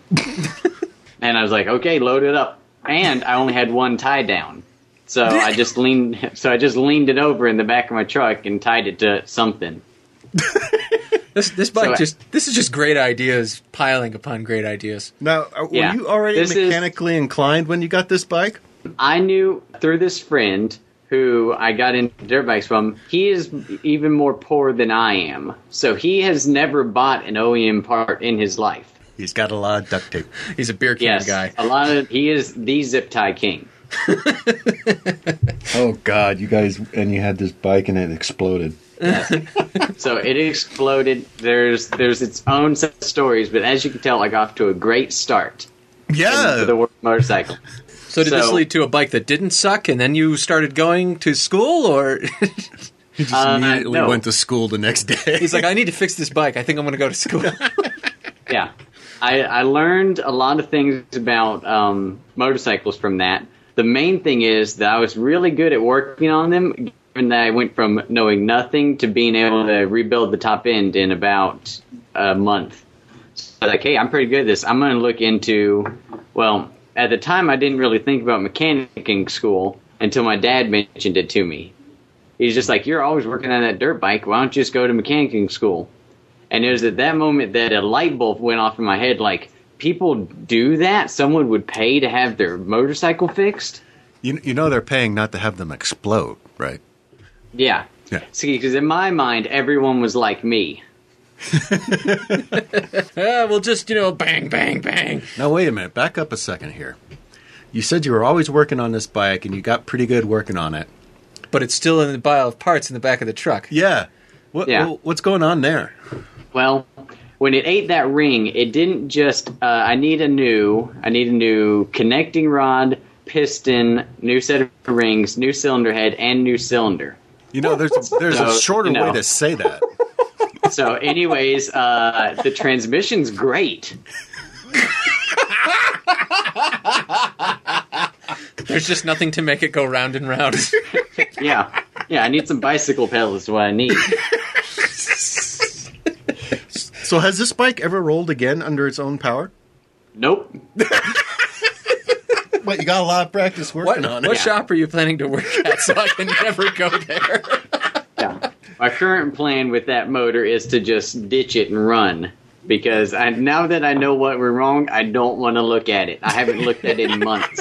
D: and I was like, okay, load it up. And I only had one tie down. So I just leaned so I just leaned it over in the back of my truck and tied it to something.
C: this this bike
D: so I-
C: just this is just great ideas piling upon great ideas.
B: Now, uh, were
D: Yeah.
B: you already
D: This is-
B: mechanically inclined when you got this bike?
D: I knew through this friend who I got into dirt bikes from, he is even more poor than I am. So he has never bought an OEM part in his life.
B: He's got a lot of duct tape.
C: He's a beer can
D: Yes,
C: guy.
D: a lot of he is the zip tie king.
B: Oh God, you guys! And you had this bike, and it exploded.
D: So it exploded. There's there's its own set of stories, but as you can tell, I got off to a great start for the
B: Yeah,
D: work motorcycle.
C: So did this
D: So-
C: lead to a bike that didn't suck, and then you started going to school, or
B: he just
D: Uh,
B: immediately
D: no.
B: went to school the next day.
C: he's like, I need to fix this bike. I think I'm going to go to school.
D: yeah. I, I learned a lot of things about um, motorcycles from that. The main thing is that I was really good at working on them, given that I went from knowing nothing to being able to rebuild the top end in about a month. So, like, hey, I'm pretty good at this. I'm going to look into, well, at the time I didn't really think about mechanicing school until my dad mentioned it to me. He's just like, you're always working on that dirt bike. Why don't you just go to mechanicing school? And it was at that moment that a light bulb went off in my head like, people do that? Someone would pay to have their motorcycle fixed?
B: You, you know they're paying not to have them explode, right?
D: Yeah.
B: Yeah.
D: See, because in my mind, everyone was like me.
C: Uh, well, just, you know, bang, bang, bang.
B: Now wait a minute, back up a second here. You said you were always working on this bike and you got pretty good working on it.
C: But it's still in the pile of parts in the back of the truck.
B: Yeah. What,
D: Yeah.
B: wh- what's going on there?
D: Well, when it ate that ring, it didn't just. Uh, I need a new. I need a new connecting rod, piston, new set of rings, new cylinder head, and new cylinder.
B: You know, there's there's
D: No,
B: a shorter
D: no.
B: way to say that.
D: So, anyways, uh, the transmission's great.
C: There's just nothing to make it go round and round.
D: Yeah, yeah. I need some bicycle pedals. Is what I need.
B: So has this bike ever rolled again under its own power?
D: Nope.
B: But you got a lot of practice
C: what
B: working on
C: what
B: it.
C: shop are you planning to work at so I can never go there?
D: Yeah. My current plan with that motor is to just ditch it and run because I now that I know what went wrong, I don't want to look at it. I haven't looked at it in months.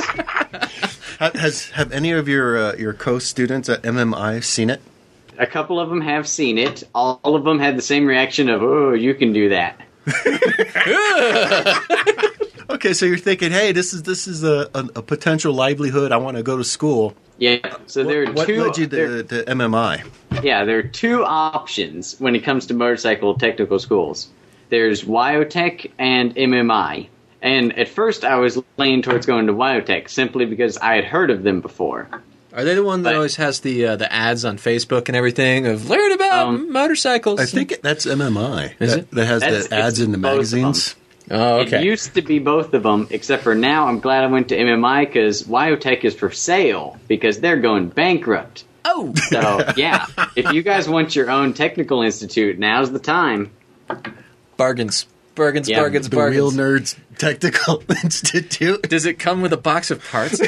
B: Ha- Has have any of your uh, your co-students at MMI seen it?
D: A couple of them have seen it. All all of them had the same reaction of, "Oh, you can do that."
B: Okay, so you're thinking, hey, this is this is a, a, a potential livelihood. I want to go to school.
D: Yeah. So there are
B: what
D: two.
B: led you
D: there-
B: to, to MMI?
D: yeah, there are two options when it comes to motorcycle technical schools. There's Wyotech and MMI. And at first, I was leaning towards going to Wyotech simply because I had heard of them before.
C: Are they the one that
D: But-
C: always has the uh, the ads on Facebook and everything of learn about
D: Um,
C: motorcycles?
B: I think that's MMI.
C: Is
B: that,
C: it?
B: that has
D: That's-
B: the ads
D: it's
B: in the
D: both of
B: magazines.
C: Oh,
D: It
C: okay.
D: used to be both of them, except for now I'm glad I went to MMI because Wyotech is for sale because they're going bankrupt.
C: Oh,
D: So, yeah, if you guys want your own technical institute, now's the time.
C: bargains, bargains,
D: Yeah,
C: bargains,
B: The Real
C: bargains.
B: Nerds Technical Institute.
C: Does it come with a box of parts?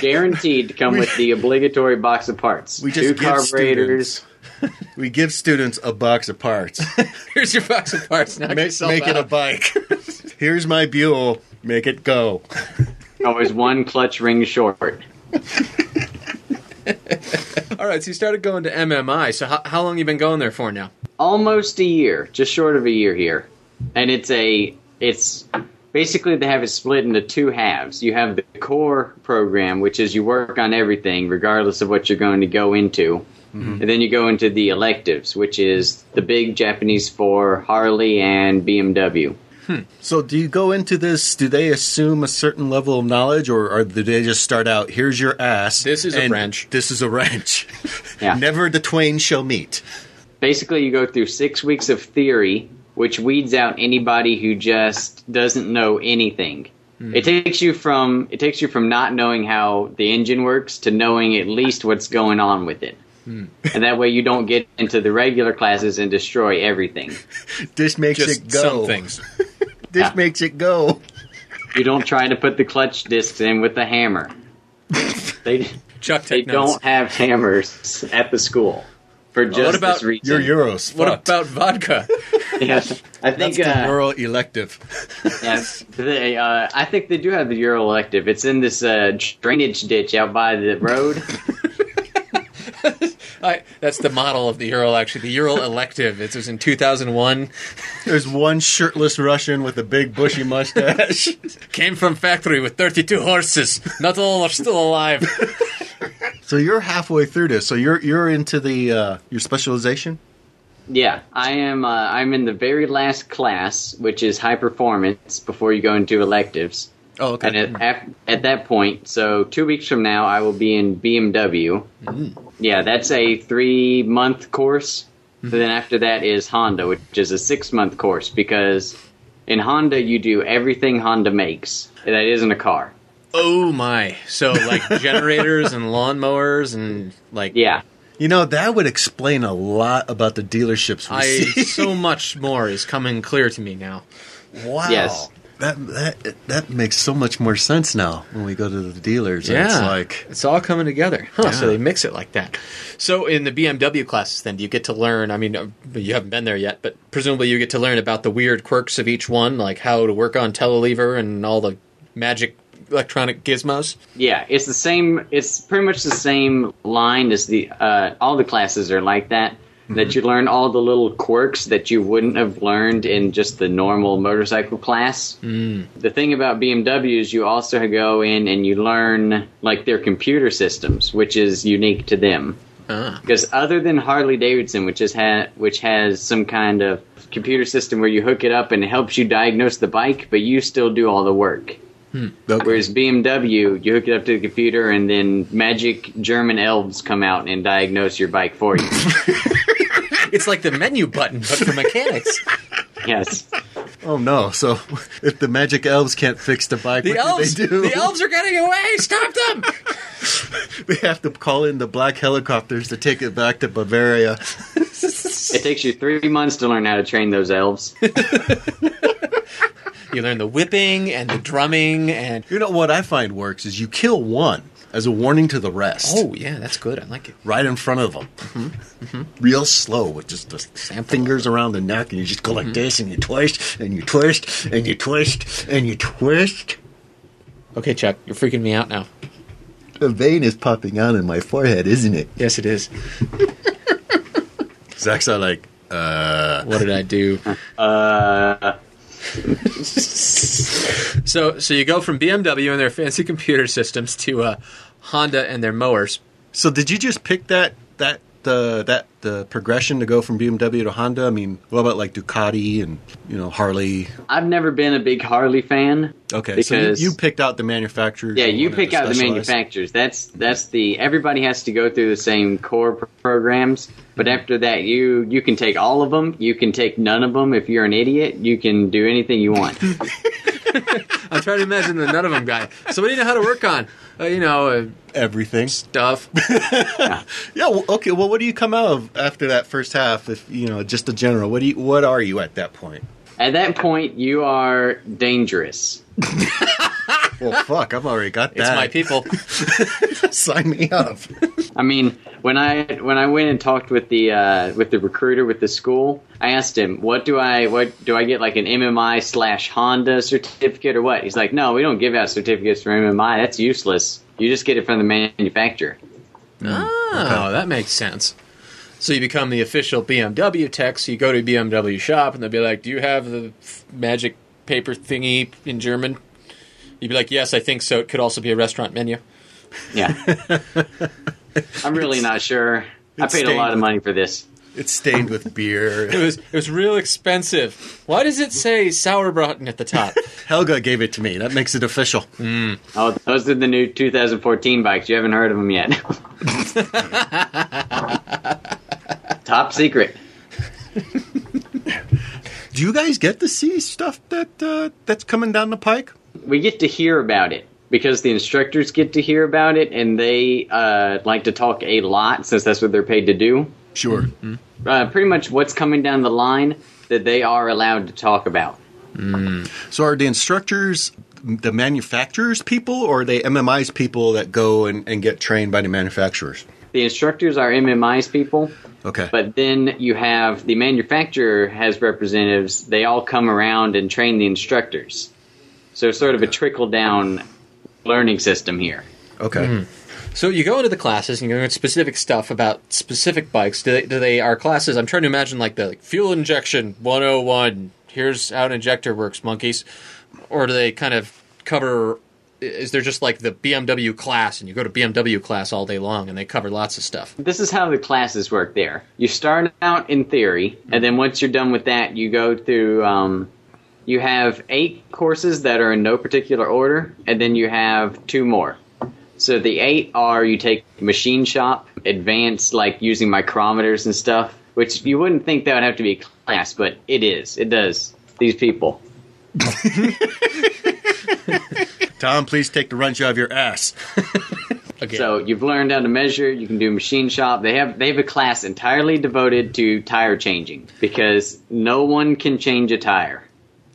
D: Guaranteed to come with the obligatory box of parts.
B: We just
D: Two
B: give
D: carburetors.
B: We give students a box of parts.
C: Here's your box of parts. Knock
B: make
C: yourself
B: make it a
C: out.
B: bike. Here's my Buell. Make it go.
D: Always one clutch ring short.
C: All right, so you started going to MMI. So how, how long you been going there for now?
D: Almost a year, just short of a year here, and it's a it's basically they have it split into two halves. You have the core program, which is you work on everything regardless of what you're going to go into. And then you go into the electives, which is the big Japanese for Harley and BMW.
B: So, do you go into this? Do they assume a certain level of knowledge, or, or do they just start out? Here's your ass.
C: This is a
B: and
C: wrench."
B: This is a wrench.
D: Yeah.
B: Never the twain shall meet.
D: basically you go through six weeks of theory which weeds out anybody who just doesn't know anything
B: Hmm.
D: it takes you from it takes you from not knowing how the engine works to knowing at least what's going on with it
B: Hmm.
D: and that way you don't get into the regular classes and destroy everything
B: This makes
C: Just
B: it go.
C: some things.
B: This
D: Yeah.
B: makes it go.
D: you don't try to put the clutch discs in with the hammer they,
C: Chuck,
D: they
C: take notes.
D: don't have hammers at the school for just
C: about
D: this reason
B: Your Euro's
C: What
B: fucked.
C: about vodka?
D: Yeah. i
B: That's
D: think
B: the
D: uh,
B: rural elective.
D: Yes, they, uh, I think they do have the Euro elective. It's in this uh, drainage ditch out by the road.
C: I, that's the model of the Ural. Actually, the Ural elective. It was in 2001.
B: There's one shirtless Russian with a big bushy mustache.
C: Came from factory with 32 horses. Not all are still alive.
B: so you're halfway through this. So you're you're into the uh, your specialization.
D: yeah, I am. Uh, I'm in the very last class, which is high performance, before you go into electives.
B: Oh,
D: And at, at, at that point, so two weeks from now, I will be in BMW. Yeah, that's a three month course. But then after that is Honda, which is a six month course because in Honda you do everything Honda makes that isn't a car.
C: Oh my! So like generators and lawnmowers and like
D: Yeah,
B: You know, that would explain a lot about the dealerships we
C: I
B: see.
C: so much more is coming clear to me now.
B: Wow.
D: Yes.
B: That that that makes so much more sense now when we go to the dealers. and It's like
C: it's all coming together. Huh, So
B: Yeah.
C: they mix it like that. So in the BMW classes, then do you get to learn? I mean, uh, you haven't been there yet, but presumably you get to learn about the weird quirks of each one, like how to work on telelever and all the magic electronic gizmos.
D: yeah. It's the same. It's pretty much the same line as the uh, all the classes are like that. That you learn all the little quirks that you wouldn't have learned in just the normal motorcycle class. Mm. The thing about BMWs, you also go in and you learn like their computer systems, which is unique to them.
C: Ah.
D: Because other than Harley Davidson, which is ha- which has some kind of computer system where you hook it up and it helps you diagnose the bike, but you still do all the work. Whereas BMW, you hook it up to the computer and then magic German elves come out and diagnose your bike for you.
C: It's like the menu button, but for mechanics.
D: yes.
B: oh no. So if the magic elves can't fix the bike,
C: The
B: what
C: elves,
B: do they do?
C: the elves are getting away. Stop them!
B: They have to call in the black helicopters to take it back to Bavaria.
D: It takes you three months to learn how to train those elves.
C: You learn the whipping and the drumming and
B: You know what I find works is you kill one as a warning to the rest.
C: oh Mm-hmm. yeah, that's good. I like it.
B: right in front of them, real slow with just the fingers around the neck, and you just go
C: Mm-hmm.
B: like this, and you twist, and you twist, and you twist, and you twist.
C: Okay, Chuck, you're freaking me out now.
B: The vein is popping out in my forehead, isn't it?
C: Yes, it is.
B: Zach's all like, uh,
C: What did I do?
D: Uh,
C: So, so you go from BMW and their fancy computer systems to uh, Honda and their mowers.
B: so did you just pick that that the that the progression to go from BMW to Honda? I mean, what about like Ducati and you know Harley?
D: I've never been a big Harley fan.
B: Okay,
D: Because-
B: so you, you picked out the manufacturers.
D: Yeah, you
B: wanted
D: pick
B: to
D: out the
B: specialize.
D: manufacturers. That's that's the everybody has to go through the same core pr- programs. But after that, you you can take all of them. You can take none of them if you're an idiot. You can do anything you want.
C: I'm trying to imagine the none of them guy. So, what do you know how to work on? Uh, you know, uh,
B: everything.
C: stuff.
B: Yeah. Well, okay. Well, what do you come out of after that first half? If you know, just a general. What do you? What are you at that point?
D: At that point, you are dangerous.
B: Well, fuck. I've already got
C: It's
B: that.
C: my people.
B: Sign me up.
D: I mean, when I when I went and talked with the uh, with the recruiter with the school, I asked him, "What do I what do I get like an MMI slash Honda certificate or what?" He's like, "No, we don't give out certificates for MMI. That's useless. You just get it from the manufacturer."
C: Oh, that makes sense. So you become the official BMW tech. So you go to a BMW shop and they'll be like, "Do you have the f- magic paper thingy in German?" You'd be like, "Yes, I think so." It could also be a restaurant menu.
D: Yeah. I'm really not sure. I
B: it's
D: paid a lot of
B: stained.
D: money for this.
B: It's stained with
C: It
B: beer.
C: was it was real expensive. Why does it say Sauerbraten at the top?
B: Helga gave it to me. That makes it official.
D: Oh, those are the new 2014 bikes. You haven't heard of them yet. Top secret.
B: Do you guys get to see stuff that uh, that's coming down the pike?
D: We get to hear about it because the instructors get to hear about it, and they uh, like to talk a lot since that's what they're paid to do.
B: Sure.
D: Uh, pretty much what's coming down the line that they are allowed to talk about.
B: Mm-hmm. So are the instructors the manufacturers people, or are they MMI's people that go and, and get trained by the manufacturers?
D: The instructors are MMI's people.
B: Okay.
D: But then you have the manufacturer has representatives. They all come around and train the instructors. So it's sort of a trickle down learning system here.
B: okay.
C: so you go into the classes and you learn specific stuff about specific bikes. Do they, do they are classes? I'm trying to imagine like the like, fuel injection 101. Here's how an injector works, monkeys. Or do they kind of cover? Is there just like the BMW class and you go to BMW class all day long and they cover lots of stuff?
D: This is how the classes work there. You start out in theory, and then once you're done with that, you go through. Um, you have eight courses that are in no particular order, and then you have two more. So the eight are you take machine shop, advanced like using micrometers and stuff, which you wouldn't think that would have to be class, but it is. It does. These people.
B: Tom, please take the wrench out of your ass.
C: Okay.
D: So you've learned how to measure. You can do machine shop. They have they have a class entirely devoted to tire changing because no one can change a tire.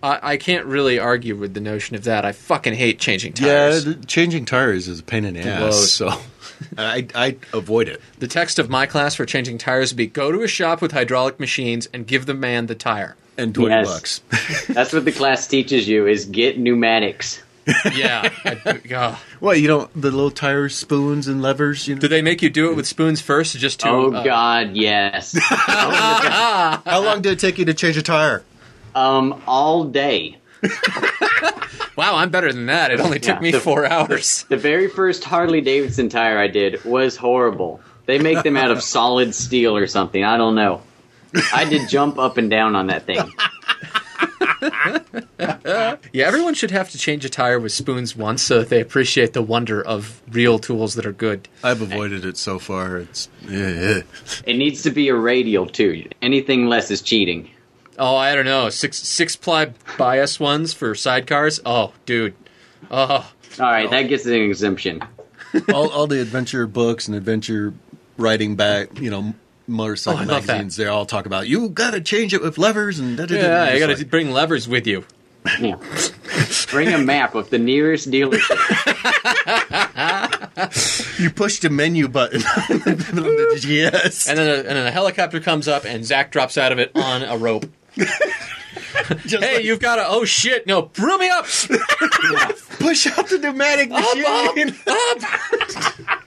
C: I, I can't really argue with the notion of that. I fucking hate changing
B: Yeah,
C: tires.
B: the- changing tires is a pain in the ass.
C: load.
B: So I, I avoid it.
C: The text of my class for changing tires would be go to a shop with hydraulic machines and give the man the tire.
B: And twenty
D: Yes.
B: bucks.
D: That's what the class teaches you is get pneumatics.
C: Yeah. I, oh.
B: well, you know the little tires, spoons, and levers. You know,
C: Do they make you do it with spoons first just to.
D: Oh
C: uh,
D: God, yes.
B: how long did it take you to change a tire?
D: um, all day.
C: Wow, I'm better than that. It only took
D: Yeah.
C: me
D: The-
C: four hours.
D: The very first Harley Davidson tire I did was horrible. They make them out of solid steel or something. I don't know. I did jump up and down on that thing.
C: Yeah, everyone should have to change a tire with spoons once so that they appreciate the wonder of real tools that are good.
B: I've avoided it so far. It's yeah,
D: It needs to be a radial too. Anything less is cheating.
C: Oh, I don't know, six six ply bias ones for sidecars. Oh, dude. Oh,
D: All right, that gets an exemption.
B: all, all the adventure books and adventure writing back. You know, motorcycle
C: Oh, I love that.
B: magazines. They all talk about you got to change it with levers and da da da.
C: yeah, you
B: It's
C: got to
B: like,
C: bring levers with you.
D: Yeah. Bring a map of the nearest dealership.
B: you push the menu button. yes.
C: And then a, and then a helicopter comes up and Zach drops out of it on a rope.
B: Just
C: Hey,
B: like,
C: you've got to oh shit, no, brew me up.
B: push up the pneumatic machine.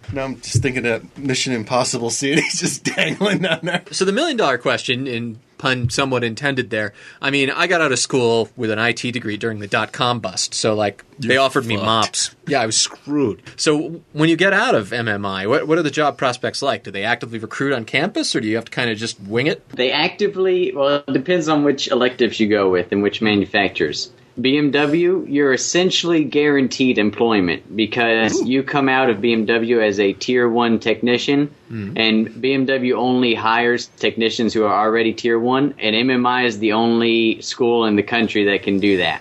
B: now I'm just thinking that Mission Impossible scene. He's just dangling down there.
C: So the million dollar question, in pun somewhat intended there. I mean, I got out of school with an IT degree during the dot com bust, so like they offered me
B: fucked.
C: mops. Yeah, I was screwed. So when you get out of MMI, what what are the job prospects like? Do they actively recruit on campus, or do you have to kind of just wing it?
D: They actively, well, it depends on which electives you go with and which manufacturers. BMW, you're essentially guaranteed employment because you come out of BMW as a tier one technician, and BMW only hires technicians who are already tier one, and MMI is the only school in the country that can do that.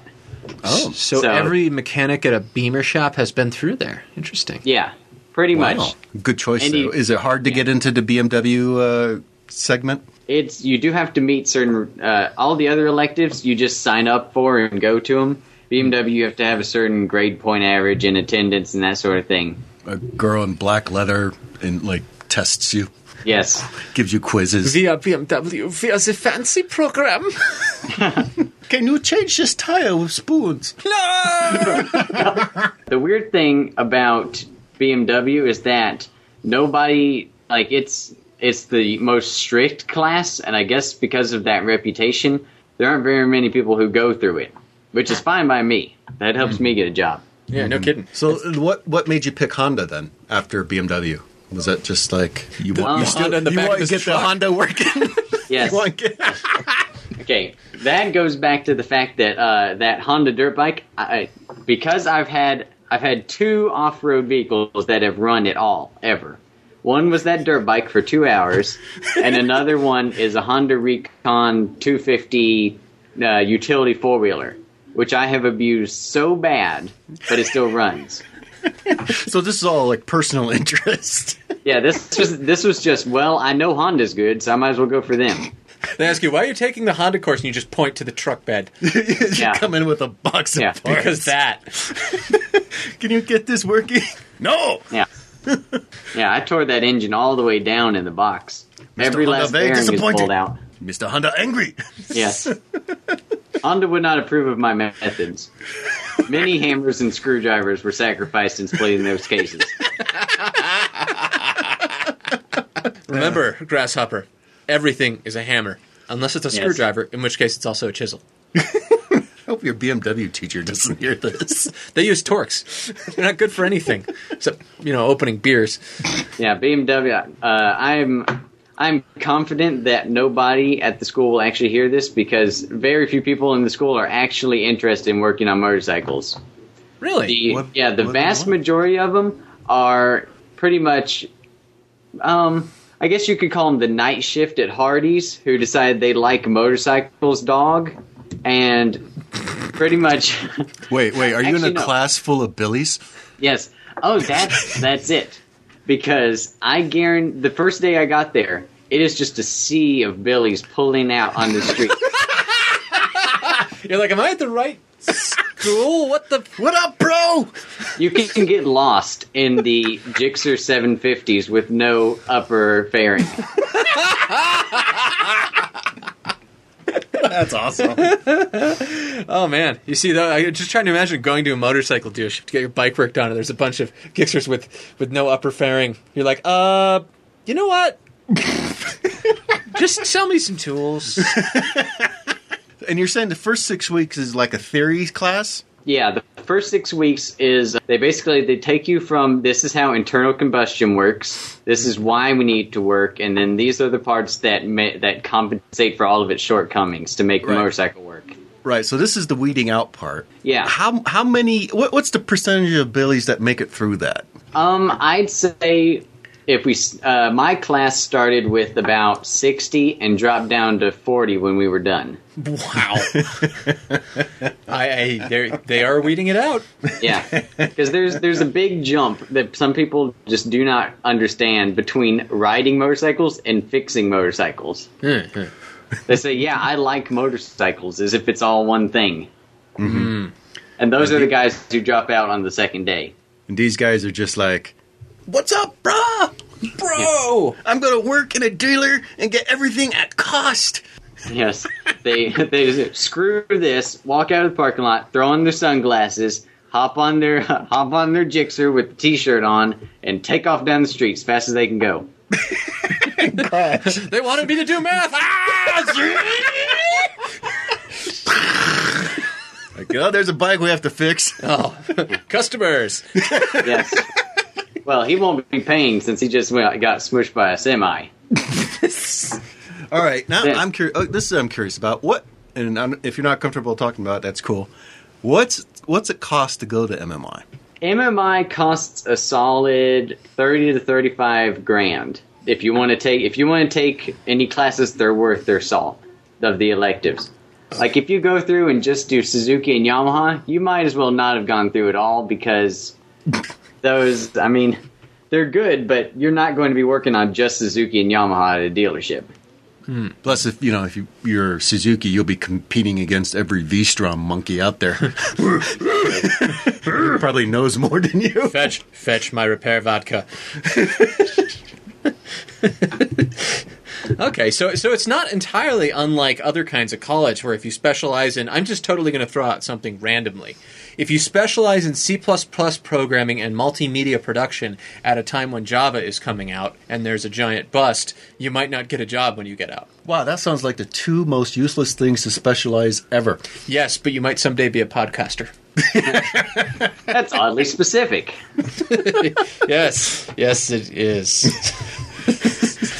B: Oh,
C: So,
D: So-
C: every mechanic at a Beamer shop has been through there. Interesting.
D: Yeah, pretty much.
B: good choice.
D: And
B: though.
D: you-
B: Is it hard to get into the BMW uh, segment?
D: it's you do have to meet certain uh, all the other electives you just sign up for and go to them bmw you have to have a certain grade point average in attendance and that sort of thing
B: A girl in black leather and like tests you,
D: yes
B: gives you quizzes.
C: Via BMW, via the fancy program.
B: Can you change this tire with spoons?
C: No!
D: the weird thing about bmw is that nobody like it's it's the most strict class and i guess because of that reputation there aren't very many people who go through it which is fine by me that helps me get a job
C: yeah, no kidding.
B: So what what made you pick Honda then after BMW? Was that just like you want you
D: Honda
B: still,
C: in the
B: you
C: back
B: want
C: of
B: to
C: this
B: get the Honda working?
D: yes
B: You want to get-
D: Okay, that goes back to the fact that uh, that Honda dirt bike, I, I- because I've had I've had two off road vehicles that have run at all ever. One was that dirt bike for two hours, and another one is a Honda Recon 250 uh, utility four wheeler, which I have abused so bad, but it still runs.
B: so this is all like personal interest.
D: Yeah, this was this was just well, I know Honda's good, so I might as well go for them.
C: They ask you, why are you taking the Honda course? And you just point to the truck bed.
B: you
D: Yeah.
B: come in with a box of
D: Yeah,
B: parts.
C: Because that.
B: Can you get this working? No.
D: Yeah. yeah, I tore that engine all the way down in the box. Every
B: Honda,
D: last
B: very
D: bearing is
B: disappointed.
D: pulled out.
B: Mr. Honda angry.
D: Yes. Honda would not approve of my methods. Many hammers and screwdrivers were sacrificed in splitting those cases.
C: Remember, grasshopper, everything is a hammer, unless it's a screwdriver, in which case it's also a chisel.
B: I hope your BMW teacher doesn't hear this.
C: They use torques. They're not good for anything except, you know, opening beers.
D: Yeah, BMW. Uh, I'm I'm confident that nobody at the school will actually hear this because very few people in the school are actually interested in working on motorcycles.
C: Really?
D: The,
B: What-
D: yeah, the
B: what-
D: vast
B: what?
D: majority of them are pretty much. Um, I guess you could call him the night shift at Hardy's, who decided they like motorcycles, dog, and pretty much,
B: Wait, wait. Are you in
D: Actually,
B: a
D: no.
B: class full of Billies?
D: yes. Oh, that's that's it. Because I guarantee the first day I got there, it is just a sea of Billies pulling out on the street.
C: You're like, am I at the right school? What the? F-?
B: What up, bro?
D: you can get lost in the Gixxer 750s with no upper fairing.
B: That's awesome.
C: Oh man, you see though, I'm just trying to imagine going to a motorcycle dealership to get your bike worked on, and there's a bunch of Gixxers with with no upper fairing. You're like, uh, you know what? just sell me some tools.
B: and you're saying the first six weeks is like a theory class?
D: Yeah, the first six weeks is they basically they take you from this is how internal combustion works, this is why we need to work, and then these are the parts that ma- that compensate for all of its shortcomings to make the
B: Right.
D: motorcycle work.
B: Right. So this is the weeding out part.
D: Yeah.
B: How how many? What, what's the percentage of Billies that make it through that?
D: Um, I'd say if we s- uh, my class started with about sixty and dropped down to forty when we were done.
C: Wow. I, I they they are weeding it out.
D: Yeah, because there's there's a big jump that some people just do not understand between riding motorcycles and fixing motorcycles. They say, "Yeah, I like motorcycles," as if it's all one thing. And those are the guys who drop out on the second day.
B: And these guys are just like, "What's up, bruh?
C: Bro,
B: I'm gonna work in a dealer and get everything at cost."
D: Yes, they they just screw this, walk out of the parking lot, throw on their sunglasses, hop on their hop on their Gixxer with the T-shirt on, and take off down the street as fast as they can go.
C: they wanted me to do math. Ah!
B: Like, oh, there's a bike we have to fix.
C: Oh, customers.
D: Yes. well, he won't be paying since he just went, got smushed by a semi.
B: All right, now
D: Yeah.
B: I'm curious. Oh, this is what I'm curious about what, and I'm, if you're not comfortable talking about, it, that's cool. What's what's it cost to go to MMI?
D: MMI costs a solid thirty to thirty-five grand if you want to take if you want to take any classes they're worth their salt of the electives. Like if you go through and just do Suzuki and Yamaha, you might as well not have gone through at all because those I mean they're good, but you're not going to be working on just Suzuki and Yamaha at a dealership.
B: Plus, if you know if you, you're Suzuki, you'll be competing against every V-Strom monkey out there. Who probably knows more than you.
C: Fetch, fetch my repair vodka. okay, so so it's not entirely unlike other kinds of college where if you specialize in, I'm just totally going to throw out something randomly. If you specialize in C++ programming and multimedia production at a time when Java is coming out and there's a giant bust, you might not get a job when you get out.
B: Wow, that sounds like the two most useless things to specialize ever.
C: Yes, but you might someday be a podcaster.
D: That's oddly specific.
C: yes, yes, it is.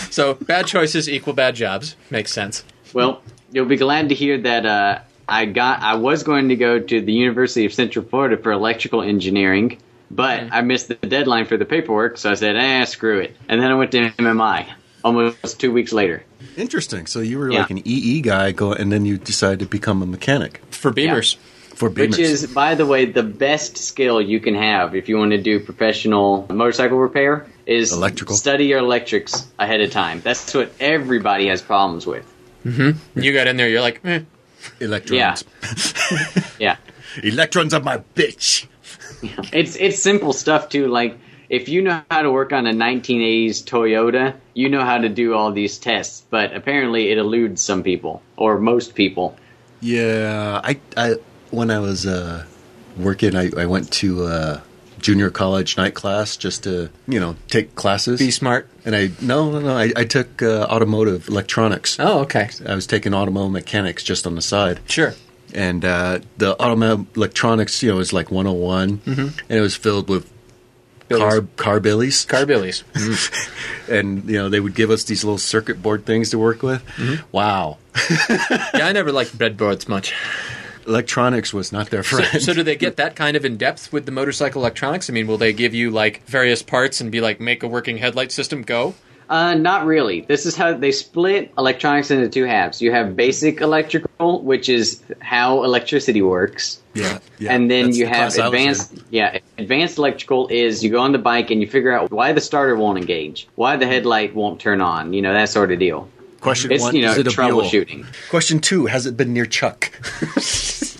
C: so bad choices equal bad jobs. Makes sense.
D: Well, you'll be glad to hear that uh, I got. I was going to go to the University of Central Florida for electrical engineering, but I missed the deadline for the paperwork, so I said, "Ah, screw it." And then I went to MMI almost two weeks later.
B: Interesting. So you were
D: Yeah.
B: like an EE guy, go, and then you decided to become a mechanic
C: For beamers.
B: for Beamers.
D: Which is, by the way, the best skill you can have if you want to do professional motorcycle repair is
B: Electrical.
D: Study your electrics ahead of time. That's what everybody has problems with.
C: You got in there, you're like, eh.
B: electrons.
D: Yeah.
B: Electrons are my bitch.
D: It's it's simple stuff too. Like if you know how to work on a 1980s Toyota, you know how to do all these tests. But apparently, it eludes some people or most people.
B: Yeah, I, I when I was uh, working, I, I went to uh, junior college night class just to you know take classes.
C: be smart.
B: And I no no no I, I took uh, automotive electronics.
C: Oh, okay.
B: I was taking automotive mechanics just on the side,
C: Sure.
B: and uh, the automotive electronics you know was like 101,
C: Mm-hmm.
B: and it was filled with car car billies,
C: Carbillies.
B: and you know they would give us these little circuit board things to work with.
C: Mm-hmm.
B: Wow,
C: yeah, I never liked breadboards much.
B: electronics was not their
C: So,
B: friend.
C: so do they get that kind of in depth with the motorcycle electronics? I mean, will they give you like various parts and be like, make a working headlight system go?
D: Uh, not really. This is how they split electronics into two halves. You have basic electrical, which is how electricity works.
B: Yeah, yeah,
D: and then
B: that's
D: you
B: the
D: have
B: class I was in.
D: advanced yeah advanced electrical is you go on the bike and you figure out why the starter won't engage why the headlight won't turn on you know that sort of deal
B: Question
D: it's
B: one:
D: you know
B: Is it a Buell?
D: troubleshooting
B: Question two: Has it been near Chuck?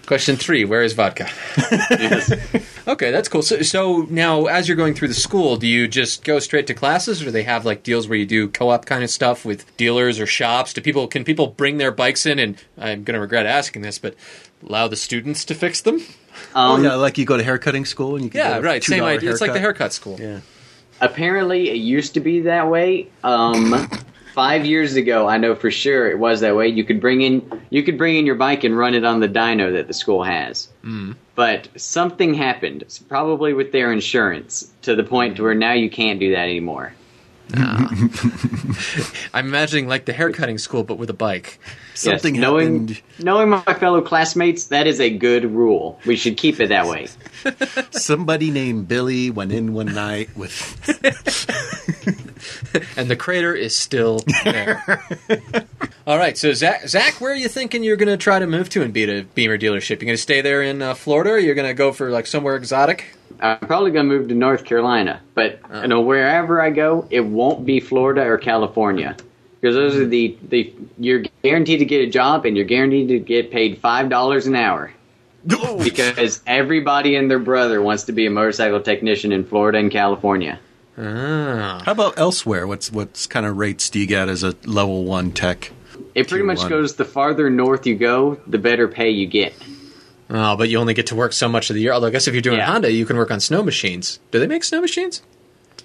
C: Question three: Where is vodka?
D: Yes.
C: Okay, that's cool. So, so now, as you're going through the school, do you just go straight to classes, or do they have like deals where you do co-op kind of stuff with dealers or shops? Do people can people bring their bikes in? And I'm going to regret asking this, but allow the students to fix them.
B: oh yeah, like you go to haircutting school and you can
C: Um, Yeah,
B: get a
C: right.
B: $2
C: Same idea. It's like the
B: haircut.
C: haircut school.
B: Yeah.
D: apparently it used to be that way um five years ago i know for sure it was that way you could bring in you could bring in your bike and run it on the dyno that the school has but something happened probably with their insurance to the point to where now you can't do that anymore
C: I'm imagining like the haircutting school, but with a bike.
B: Something
D: knowing,
B: happened.
D: Knowing my fellow classmates, that is a good rule. We should keep it that way.
B: Somebody named Billy went in one night with
C: and the crater is still there. All right, so Zach, Zach, where are you thinking you're going to try to move to and beat a Beamer dealership? You're going to stay there in uh, Florida, or you're going to go for like somewhere exotic?
D: I'm probably going to move to North Carolina, but you know wherever I go, it won't be Florida or California because those are the, the you're guaranteed to get a job and you're guaranteed to get paid five dollars an hour
B: Oh.
D: because everybody and their brother wants to be a motorcycle technician in Florida and California.
C: Ah,
B: How about elsewhere? What's what's kind of rates do you get as a level one tech?
D: It
B: Tier
D: pretty much
B: one.
D: goes the farther north you go, the better pay you get.
C: oh, but you only get to work so much of the year. Although I guess if you're doing
D: Yeah.
C: Honda, you can work on snow machines. Do they make snow machines?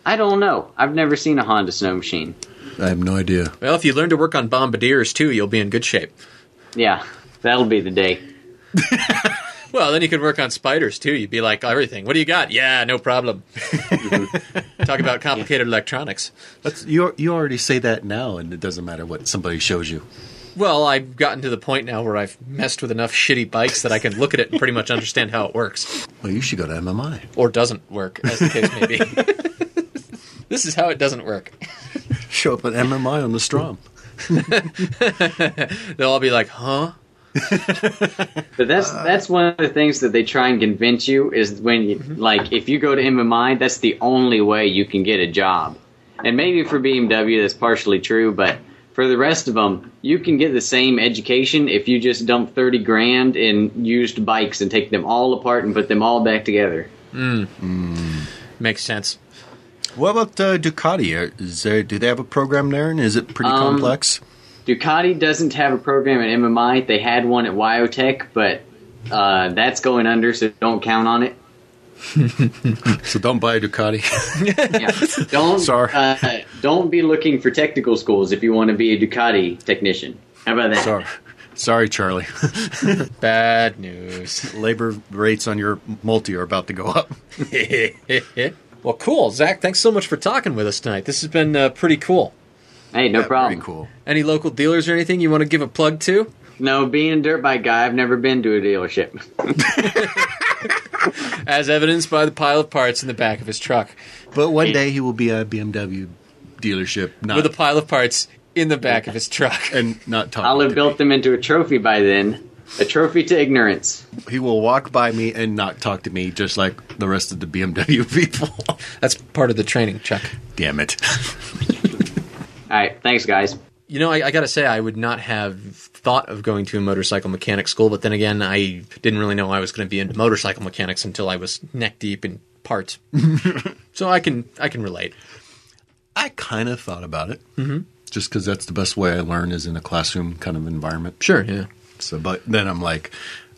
D: I don't know. I've never seen a Honda snow machine.
B: I have no idea.
C: Well, if you learn to work on bombardiers too, you'll be in good shape.
D: Yeah, that'll be the day.
C: Well, then you could work on spiders too. You'd be like everything. What do you got? Yeah, no problem. Talk about complicated electronics.
B: That's, you you already say that now, and it doesn't matter what somebody shows you.
C: Well, I've gotten to the point now where I've messed with enough shitty bikes that I can look at it and pretty much understand how it works
B: Well, you should go to MMI.
C: or doesn't work, as the case may be. this is how it doesn't work.
B: Show up at MMI on the Strom.
C: They'll all be like, "Huh?"
D: But that's that's one of the things that they try and convince you is when you, like if you go to MMI, that's the only way you can get a job. And maybe for BMW, that's partially true, but for the rest of them, you can get the same education if you just dump thirty grand in used bikes and take them all apart and put them all back together.
C: Makes sense.
B: What about uh, Ducati? Are- Is there, do they have a program there, and is it pretty
D: Um,
B: complex?
D: Ducati doesn't have a program at MMI. They had one at Wyotech, but uh, that's going under, so don't count on it.
B: So don't buy a Ducati.
D: Yeah. Don't
B: Sorry.
D: Uh, don't be looking for technical schools if you want to be a Ducati technician. How about that?
B: sorry, sorry, Charlie.
C: Bad news.
B: Labor rates on your multi are about to go up.
C: well, cool, Zach. Thanks so much for talking with us tonight. This has been uh, pretty cool.
D: Hey, no
B: Yeah,
D: problem.
B: Very cool.
C: Any local dealers or anything you want to give a plug to?
D: No, being a dirt bike guy, I've never been to a dealership.
C: As evidenced by the pile of parts in the back of his truck,
B: But one day he will be at a BMW dealership, not
C: with a pile of parts in the back of his truck.
B: and not talking.
D: I'll
B: to
D: have built them into a trophy by then. A trophy to ignorance.
B: me. He will walk by me and not talk to me, just like the rest of the BMW people.
C: That's part of the training, Chuck.
B: Damn it!
D: All right, thanks, guys.
C: You know, I, I got to say, I would not have thought of going to a motorcycle mechanic school, but then again, I didn't really know I was going to be into motorcycle mechanics until I was neck deep in parts. so I can I can relate.
B: I kind of thought about it, mm-hmm. just because that's the best way I learn is in a classroom kind of environment.
C: Sure, yeah,
B: So, but then I'm like,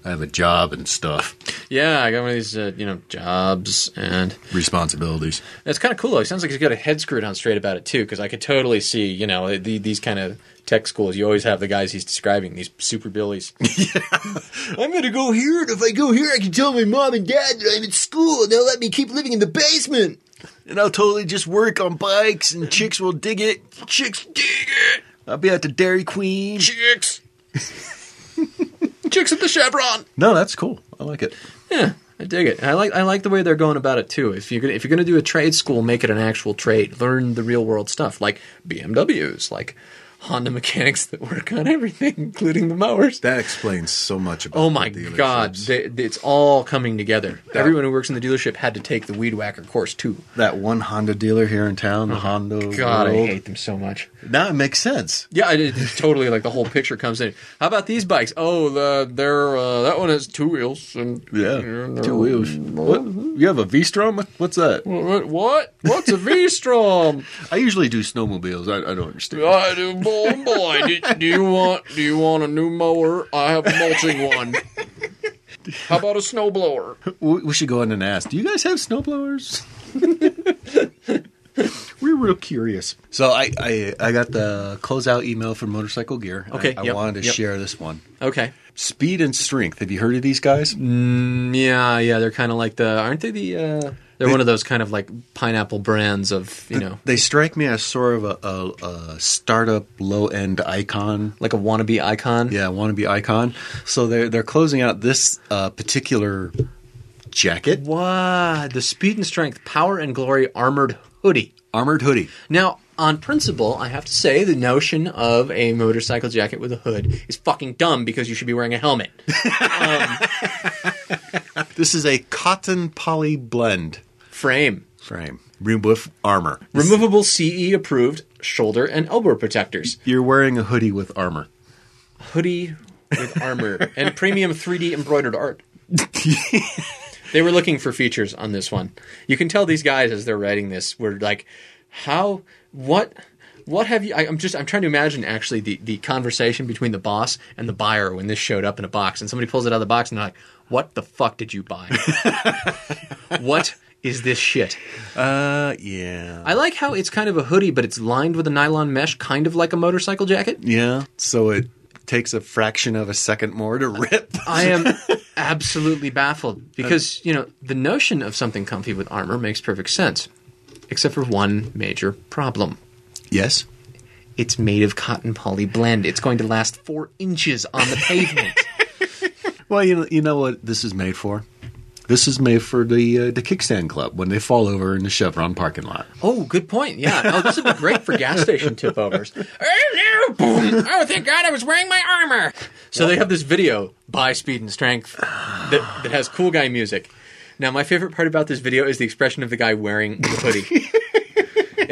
B: I have a job and stuff,
C: yeah. I got one of these, uh, you know, jobs, and
B: responsibilities.
C: it's kind of cool. though. It sounds like he's got a head screwed on straight about it too, because I could totally see, you know, the, these kind of tech schools. You always have the guys he's describing, these super billies.
B: I'm gonna go here, and if I go here, I can tell my mom and dad that I'm at school, and they'll let me keep living in the basement. And I'll totally just work on bikes, and chicks will dig it. Chicks dig it. I'll be at the Dairy Queen.
C: Chicks, chicks at the Chevron.
B: No, that's cool. I like it.
C: Yeah. I dig it. And I like I like the way they're going about it too. If you're gonna, if you're going to do a trade school, make it an actual trade. Learn the real world stuff, like BMWs, like Honda mechanics that work on everything, including the mowers.
E: That explains so much about
C: Oh my
E: the
C: God!
E: dealerships.
C: They, they- it's all coming together. Everyone who works in the dealership had to take the weed whacker course too.
B: That one Honda dealer here in town, the Honda
C: Oh, God, I
B: World.
C: hate them so much.
B: Now it makes sense.
C: Yeah, it, it's totally like the whole picture comes in. How about these bikes? Oh, the, they're uh, that one has two wheels and
B: Yeah,
C: and, uh,
B: two wheels. What? You have a V Strom? What's that?
C: What? what? What's a V Strom?
B: I usually do snowmobiles. I, I don't understand.
C: I do, boy, boy. Do, do you want? Do you want a new mower? I have a mulching one. How about a snowblower?
B: We we should go in and ask. Do you guys have snowblowers? We're real curious. So I, I I got the closeout email from Motorcycle Gear. I-
C: Okay,
B: I,
C: yep,
B: wanted to
C: yep.
B: share this one.
C: Okay.
B: Speed and strength. Have you heard of these guys?
C: Yeah, yeah. They're kind of like the, aren't they? The uh, they're one of those kind of like pineapple brands of you know,
B: They strike me as sort of a, a, a startup low end icon.
C: like a wannabe icon.
B: Yeah, wannabe icon. So they're they're closing out this uh, particular jacket,
C: Wow, the Speed and Strength Power and Glory Armored Hoodie.
B: armored hoodie.
C: Now, on principle, I have to say the notion of a motorcycle jacket with a hood is fucking dumb because you should be wearing a helmet.
B: This is a cotton poly blend
C: Frame.
B: frame, rim with armor.
C: Removable CE approved shoulder and elbow protectors.
B: You're wearing a hoodie with armor.
C: Hoodie with armor and premium 3D embroidered art. they were looking for features on this one. You can tell these guys as they're writing this were like, how, what, what have you? I, I'm just, I'm trying to imagine actually the, the conversation between the boss and the buyer when this showed up in a box and somebody pulls it out of the box and they're like, what the fuck did you buy? what is this shit?
B: Uh, yeah.
C: I like how it's kind of a hoodie, but it's lined with a nylon mesh, kind of like a motorcycle jacket.
B: yeah. So it takes a fraction of a second more to rip.
C: I am absolutely baffled because, you know, the notion of something comfy with armor makes perfect sense, except for one major problem.
B: yes.
C: It's made of cotton poly blend. It's going to last four inches on the pavement.
B: Well, you know, you know what this is made for? This is made for the uh, the kickstand club when they fall over in the Chevron parking lot.
C: oh, good point. Yeah. Oh, this would be great for gas station tip overs. oh, thank God I was wearing my armor. So they have this video by Speed and Strength that, that has cool guy music. Now, my favorite part about this video is the expression of the guy wearing the hoodie.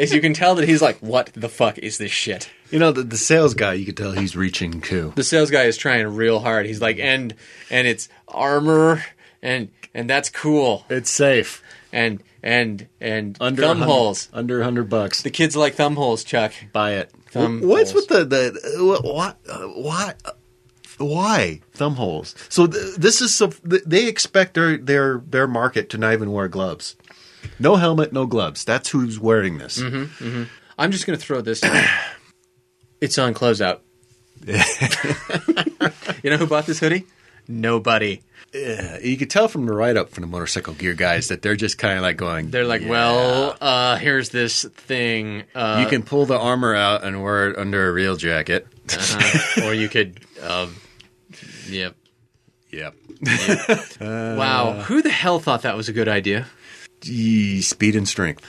C: As you can tell that he's like, what the fuck is this shit?
B: You know, the, the sales guy, you could tell he's reaching too.
C: the sales guy is trying real hard. He's like, and and it's armor, and and that's cool,
B: It's safe.
C: and and and
B: Under
C: thumb
B: 100
C: holes.
B: Under 100 bucks.
C: The kids like thumb holes, Chuck.
B: Buy it.
C: Thumb
B: What's
C: holes.
B: with the the what what uh, why uh, why thumb holes? So th- this is so th- they expect their their their market to not even wear gloves. No helmet, no gloves. That's who's wearing this.
C: Mm-hmm. I'm just gonna throw this. out. it's on closeout. you know who bought this hoodie? Nobody.
B: Uh, You could tell from the write up from the motorcycle gear guys that they're just kind of like going.
C: They're like,
B: "Yeah,
C: well, uh, here's this thing, uh,
B: you can pull the armor out and wear it under a real jacket.
C: uh, or you could, um, yep.
B: yep.
C: wow, who the hell thought that was a good idea?
B: Gee, speed and strength.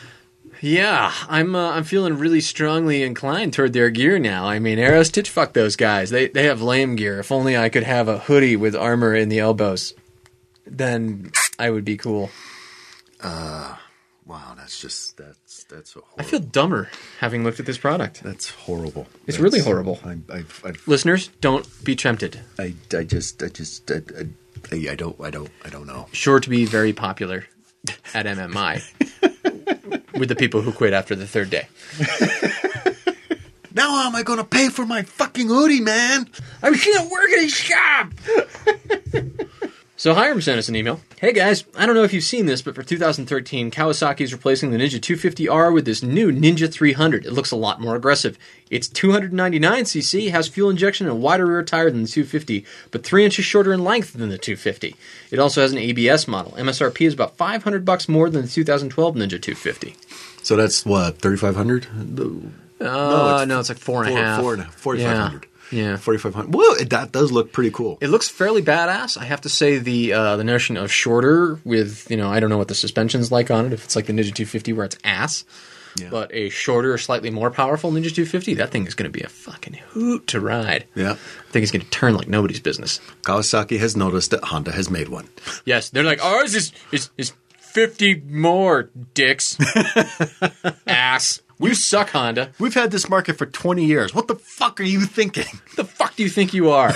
C: Yeah, I'm uh, I'm feeling really strongly inclined toward their gear now. I mean, Arrow Stitch, fuck those guys. They they have lame gear. If only I could have a hoodie with armor in the elbows, then I would be cool.
B: Wow, that's just that's that's horrible.
C: I feel dumber having looked at this product.
B: that's horrible. That's-
C: It's really horrible.
B: I, I've, I've
C: Listeners, don't be tempted.
B: I, I just I just I, I, I don't I don't I don't know.
C: Sure to be very popular at MMI with the people who quit after the third day.
B: Now how am I going to pay for my fucking hoodie, man?
C: I can't work in a shop. so Hiram sent us an email. Hey guys, I don't know if you've seen this, but for 2013, Kawasaki is replacing the Ninja 250R with this new Ninja 300. It looks a lot more aggressive. It's 299cc, has fuel injection and a wider rear tire than the 250, but three inches shorter in length than the 250. It also has an ABS model. MSRP is about 500 bucks more than the 2012 Ninja 250.
B: So that's what thirty five hundred.
C: Uh, no, it's, like four and a half.
B: Oh, Four, four, 4,500.
C: Yeah. Yeah.
B: 4500. Whoa, it- that does look pretty cool.
C: It looks fairly badass. I have to say the uh, the notion of shorter with you know I don't know what the suspension's like on it if it's like the Ninja 250 where it's ass,
B: Yeah.
C: but a shorter, slightly more powerful Ninja 250 that thing is going to be a fucking hoot to ride.
B: Yeah.
C: I think it's going to turn like nobody's business.
B: Kawasaki has noticed that Honda has made one.
C: Yes, they're like ours is is is 50 more dicks ass. You suck, Honda.
B: We've had this market for 20 years. What the fuck are you thinking?
C: The fuck do you think you are?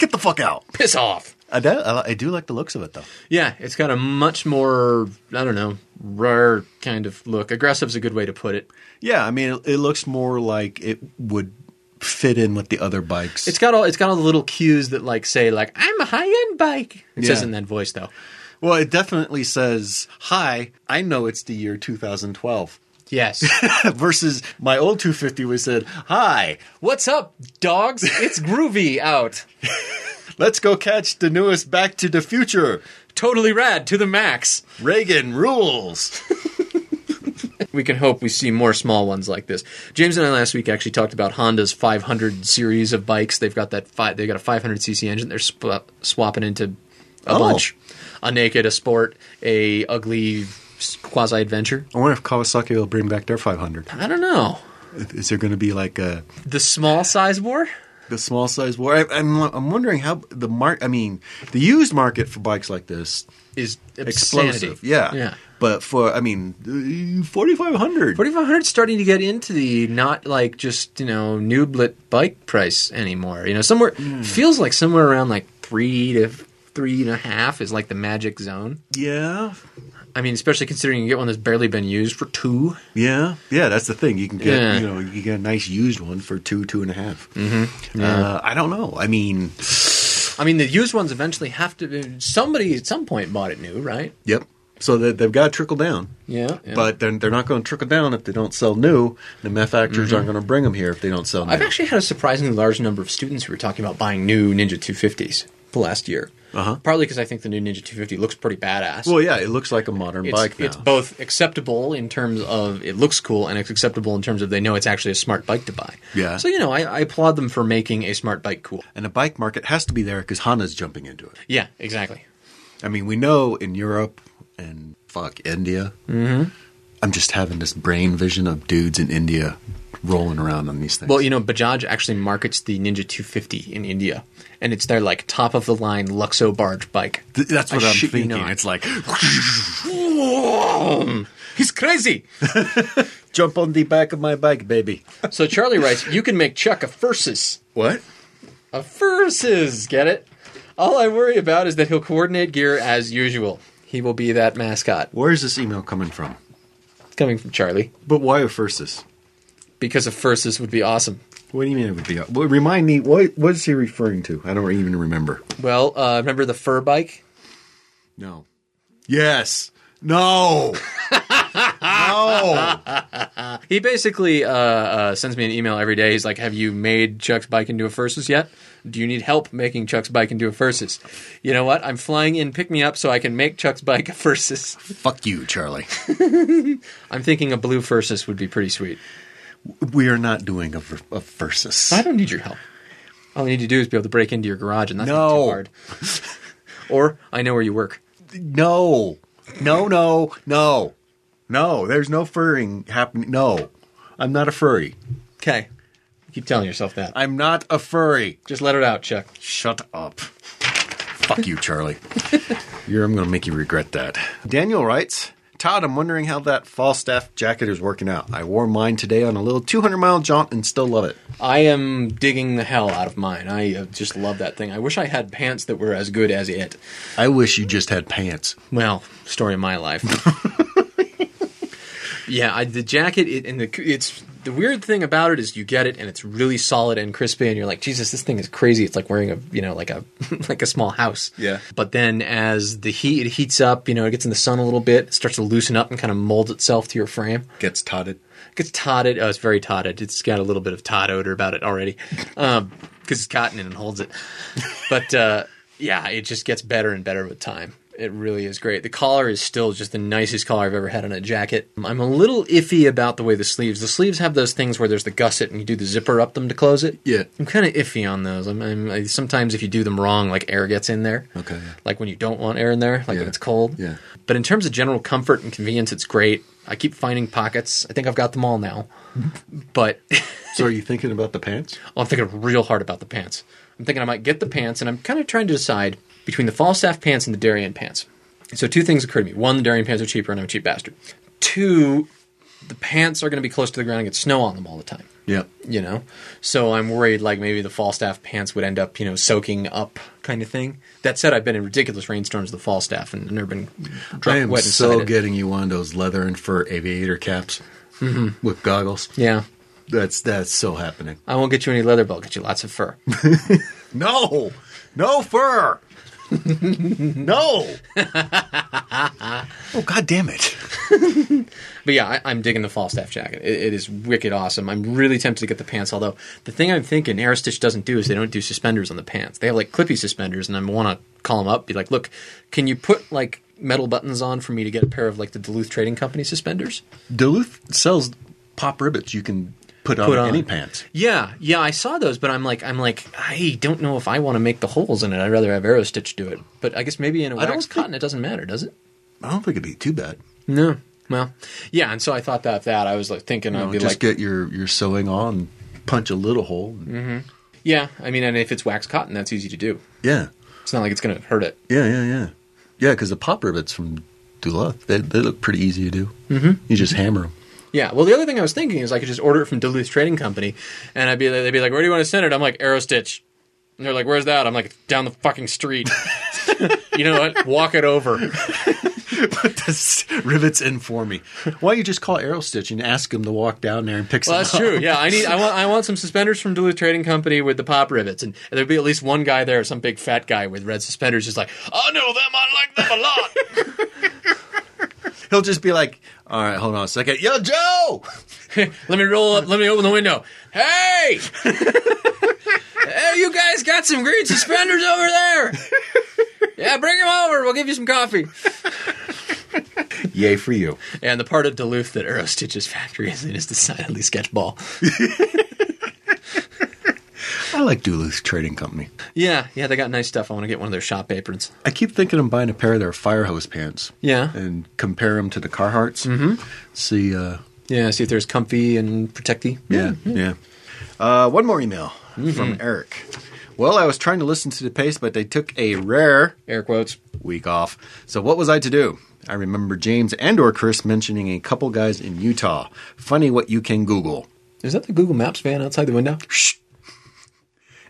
B: Get the fuck out.
C: Piss off.
B: I do, I do like the looks of it, though.
C: Yeah, it's got a much more I don't know rare kind of look. Aggressive's a good way to put it.
B: Yeah, I mean, it, it looks more like it would fit in with the other bikes.
C: It's got all it's got all the little cues that like say like I'm a high end bike. It says
B: Yeah.
C: in that voice though.
B: well, it definitely says, Hi, I know it's the year 2012.
C: Yes.
B: Versus my old 250, which said, Hi,
C: What's up, dogs? It's groovy out.
B: let's go catch the newest Back to the Future.
C: Totally rad to the max.
B: Reagan rules.
C: We can hope we see more small ones like this. James and I last week actually talked about Honda's 500 series of bikes. They've got that five. They got a 500 cc engine. They're sp- swapping into a
B: Oh.
C: bunch. A naked, a sport, a ugly quasi adventure.
B: I wonder if Kawasaki will bring back their 500.
C: I don't know.
B: Is there going to be like a
C: The small size war.
B: the small size war? I, I'm I'm wondering how the mark. I mean, the used market for bikes like this
C: is
B: explosive.
C: obscenity.
B: Yeah,
C: yeah.
B: But for I mean, forty five hundred.
C: Forty five hundred starting to get into the not like just you know nooblet bike price anymore. You know, somewhere feels like somewhere around like three to three and a half is like the magic zone.
B: Yeah,
C: I mean, especially considering you get one that's barely been used for two.
B: yeah, yeah. That's the thing. You can get
C: Yeah.
B: you know you get a nice used one for two two and a half.
C: Mm-hmm.
B: Uh, I don't know. I mean,
C: I mean, the used ones eventually have to. Somebody at some point bought it new, right?
B: yep. So they, they've got to trickle down.
C: Yeah, yeah.
B: But they're, they're not going to trickle down if they don't sell new. The manufacturers aren't going to bring them here if they don't sell new.
C: I've actually had a surprisingly large number of students who were talking about buying new Ninja 250s the last year.
B: Uh-huh.
C: Partly because I think the new Ninja 250 looks pretty badass.
B: well, yeah, it looks like a modern
C: it's,
B: bike now.
C: it's both acceptable in terms of it looks cool and it's acceptable in terms of they know it's actually a smart bike to buy.
B: Yeah.
C: So, you know, I, I applaud them for making a smart bike cool.
B: and the bike market has to be there because Honda's jumping into it.
C: Yeah, exactly.
B: I mean, we know in Europe and fuck India. Mm-hmm. I'm just having this brain vision of dudes in India rolling around on these things.
C: Well, you know, Bajaj actually markets the Ninja 250 in India, and it's their like top of the line Luxo barge bike.
B: Th- that's what
C: I
B: I am
C: shit you
B: thinking.
C: not.
B: It's like
C: He's crazy.
B: jump on the back of my bike, baby.
C: so Charlie writes, "You can make Chuck a versus."
B: What?
C: A versus, get it? All I worry about is that he'll coordinate gear as usual. He will be that mascot.
B: Where is this email coming from?
C: Coming from Charlie,
B: But why a versus?
C: because a versus would be awesome.
B: What do you mean it would be? Well, remind me. What what is he referring to? I don't even remember.
C: Well, uh, remember the fur bike?
B: No. Yes. No. no.
C: He basically uh, uh, sends me an email every day. He's like, "Have you made Chuck's bike into a versus yet? Do you need help making Chuck's bike into a versus? You know what? I'm flying in. Pick me up so I can make Chuck's bike a versus.
B: Fuck you, Charlie.
C: I'm thinking a blue versus would be pretty sweet.
B: We are not doing a, ver- a versus.
C: I don't need your help. All I need to do is be able to break into your garage, and that's not
B: No.
C: too hard. or I know where you work.
B: No, no, no, no, no. There's no furring happening. No, I'm not a furry.
C: Okay. Keep telling yourself that.
B: I'm not a furry.
C: Just let it out, Chuck.
B: Shut up. Fuck you, Charlie. You're, I'm going to make you regret that. Daniel writes Todd, I'm wondering how that Falstaff jacket is working out. I wore mine today on a little 200 mile jaunt and still love it.
C: I am digging the hell out of mine. I uh, just love that thing. I wish I had pants that were as good as it.
B: I wish you just had pants.
C: Well, story of my life. yeah, I, the jacket it, and the it's the weird thing about it is you get it and it's really solid and crispy and you're like, Jesus, this thing is crazy. It's like wearing a you know like a like a small house.
B: Yeah.
C: But then as the heat it heats up, you know, it gets in the sun a little bit, it starts to loosen up and kind of mold itself to your frame.
B: Gets totted.
C: It gets totted. Oh, it's very totted. It's got a little bit of tot odor about it already, Um, because it's cotton and it holds it. But uh, yeah, it just gets better and better with time. It really is great. The collar is still just the nicest collar I've ever had on a jacket. I'm a little iffy about the way the sleeves. The sleeves have those things where there's the gusset and you do the zipper up them to close it.
B: Yeah.
C: I'm kind of iffy on those. I'm, I'm I, sometimes if you do them wrong, like air gets in there.
B: Okay, yeah.
C: Like when you don't want air in there, like
B: Yeah.
C: when it's cold.
B: Yeah.
C: But in terms of general comfort and convenience, it's great. I keep finding pockets. I think I've got them all now. but
B: So are you thinking about the pants?
C: I'm thinking real hard about the pants. I'm thinking I might get the pants, and I'm kind of trying to decide between the Falstaff pants and the Darien pants. So two things occur to me: one, the Darien pants are cheaper, and I'm a cheap bastard. Two, the pants are going to be close to the ground and get snow on them all the time.
B: Yeah.
C: You know, so I'm worried like maybe the Falstaff pants would end up you know soaking up kind of thing. That said, I've been in ridiculous rainstorms with the Falstaff and never been
B: I
C: dro-
B: am
C: wet inside
B: so
C: it.
B: getting you one of those leather and fur aviator caps with goggles.
C: Yeah,
B: That's that's so happening.
C: I won't get you any leather, but I'll get you lots of fur.
B: No, no fur. no. oh God damn it!
C: But yeah, I, I'm digging the Falstaff jacket. It, it is wicked awesome. I'm really tempted to get the pants. Although the thing I'm thinking Aristitch doesn't do is they don't do suspenders on the pants. They have like clippy suspenders, and I want to call them up, be like, look, can you put like metal buttons on for me to get a pair of like the Duluth Trading Company suspenders?
B: Duluth sells pop ribbons. You can put on,
C: Put on.
B: any pants.
C: Yeah, yeah, I saw those, but I'm like, I'm like, I don't know if I want to make the holes in it. I'd rather have Aristitch do it. But I guess maybe in a
B: don't
C: wax
B: think-
C: cotton, it doesn't matter, does it?
B: I don't think it'd be too bad.
C: No. Well, yeah, and so I thought that that I was like thinking I'd be
B: just
C: like,
B: get your your sewing on, punch a little hole.
C: yeah, I mean, and if it's wax cotton, that's easy to do.
B: Yeah,
C: It's not like it's going to hurt it.
B: yeah, yeah, yeah, yeah. Because the pop rivets from Duluth, they, they look pretty easy to do. Mm-hmm. You just hammer them.
C: Yeah. Well, the other thing I was thinking is I could just order it from Duluth Trading Company, and I'd be like, they'd be like, "Where do you want to send it?" I'm like, "Arrow Stitch." And they're like, "Where's that?" I'm like, "Down the fucking street." you know what? Walk it over.
B: rivets in for me. Why don't you just call Arrow Stitch and ask him to walk down there and pick some
C: Well, that's
B: up?
C: true. Yeah, I need. I want. I want some suspenders from Duluth Trading Company with the pop rivets, and there'd be at least one guy there, some big fat guy with red suspenders, just like, "I know them. I like them a lot."
B: He'll just be like, "All right, hold on a second, yo, Joe."
C: Let me roll up. Let me open the window. Hey! hey, you guys got some green suspenders over there. Yeah, bring them over. We'll give you some coffee.
B: Yay for you!
C: And the part of Duluth that Arrow Stitch's factory is in is decidedly sketchball.
B: I like Duluth Trading Company.
C: Yeah, yeah, they got nice stuff. I want to get one of their shop aprons.
B: I keep thinking I'm buying a pair of their fire hose pants.
C: Yeah.
B: and compare them to the Carhartts. Mm-hmm. See, uh,
C: Yeah, see if there's comfy and protecty.
B: Yeah, yeah. Uh, one more email from Eric. Well, I was trying to listen to the pace, but they took a rare
C: Air quotes.
B: week off. So what was I to do? I remember James and or Chris mentioning a couple guys in Utah. Funny what you can Google.
C: Is that the Google Maps van outside the window?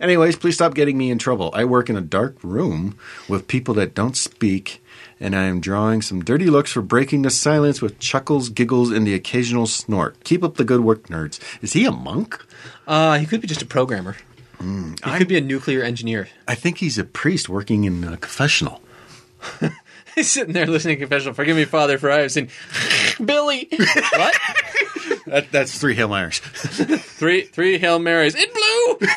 B: Anyways, please stop getting me in trouble. I work in a dark room with people that don't speak, and I am drawing some dirty looks for breaking the silence with chuckles, giggles, and the occasional snort. Keep up the good work, nerds. Is he a monk?
C: Uh, he could be just a programmer. he could be a nuclear engineer.
B: I think he's a priest working in a confessional.
C: He's sitting there listening to confessional. Forgive me, Father, for I have sinned. Billy, what?
B: That, that's three Hail Marys.
C: Three, three Hail Marys in blue.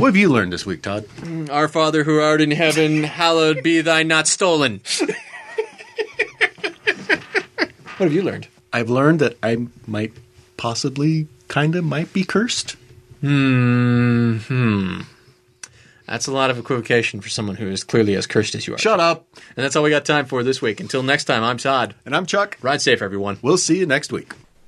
B: what have you learned this week, Todd?
C: Our Father who art in heaven, hallowed be thy not stolen. what have you learned?
B: I've learned that I might possibly, kind of, might be cursed.
C: That's a lot of equivocation for someone who is clearly as cursed as you are.
B: Shut up.
C: And that's all we got time for this week. Until next time, I'm Todd.
B: And I'm Chuck.
C: Ride safe, everyone.
B: We'll see you next week.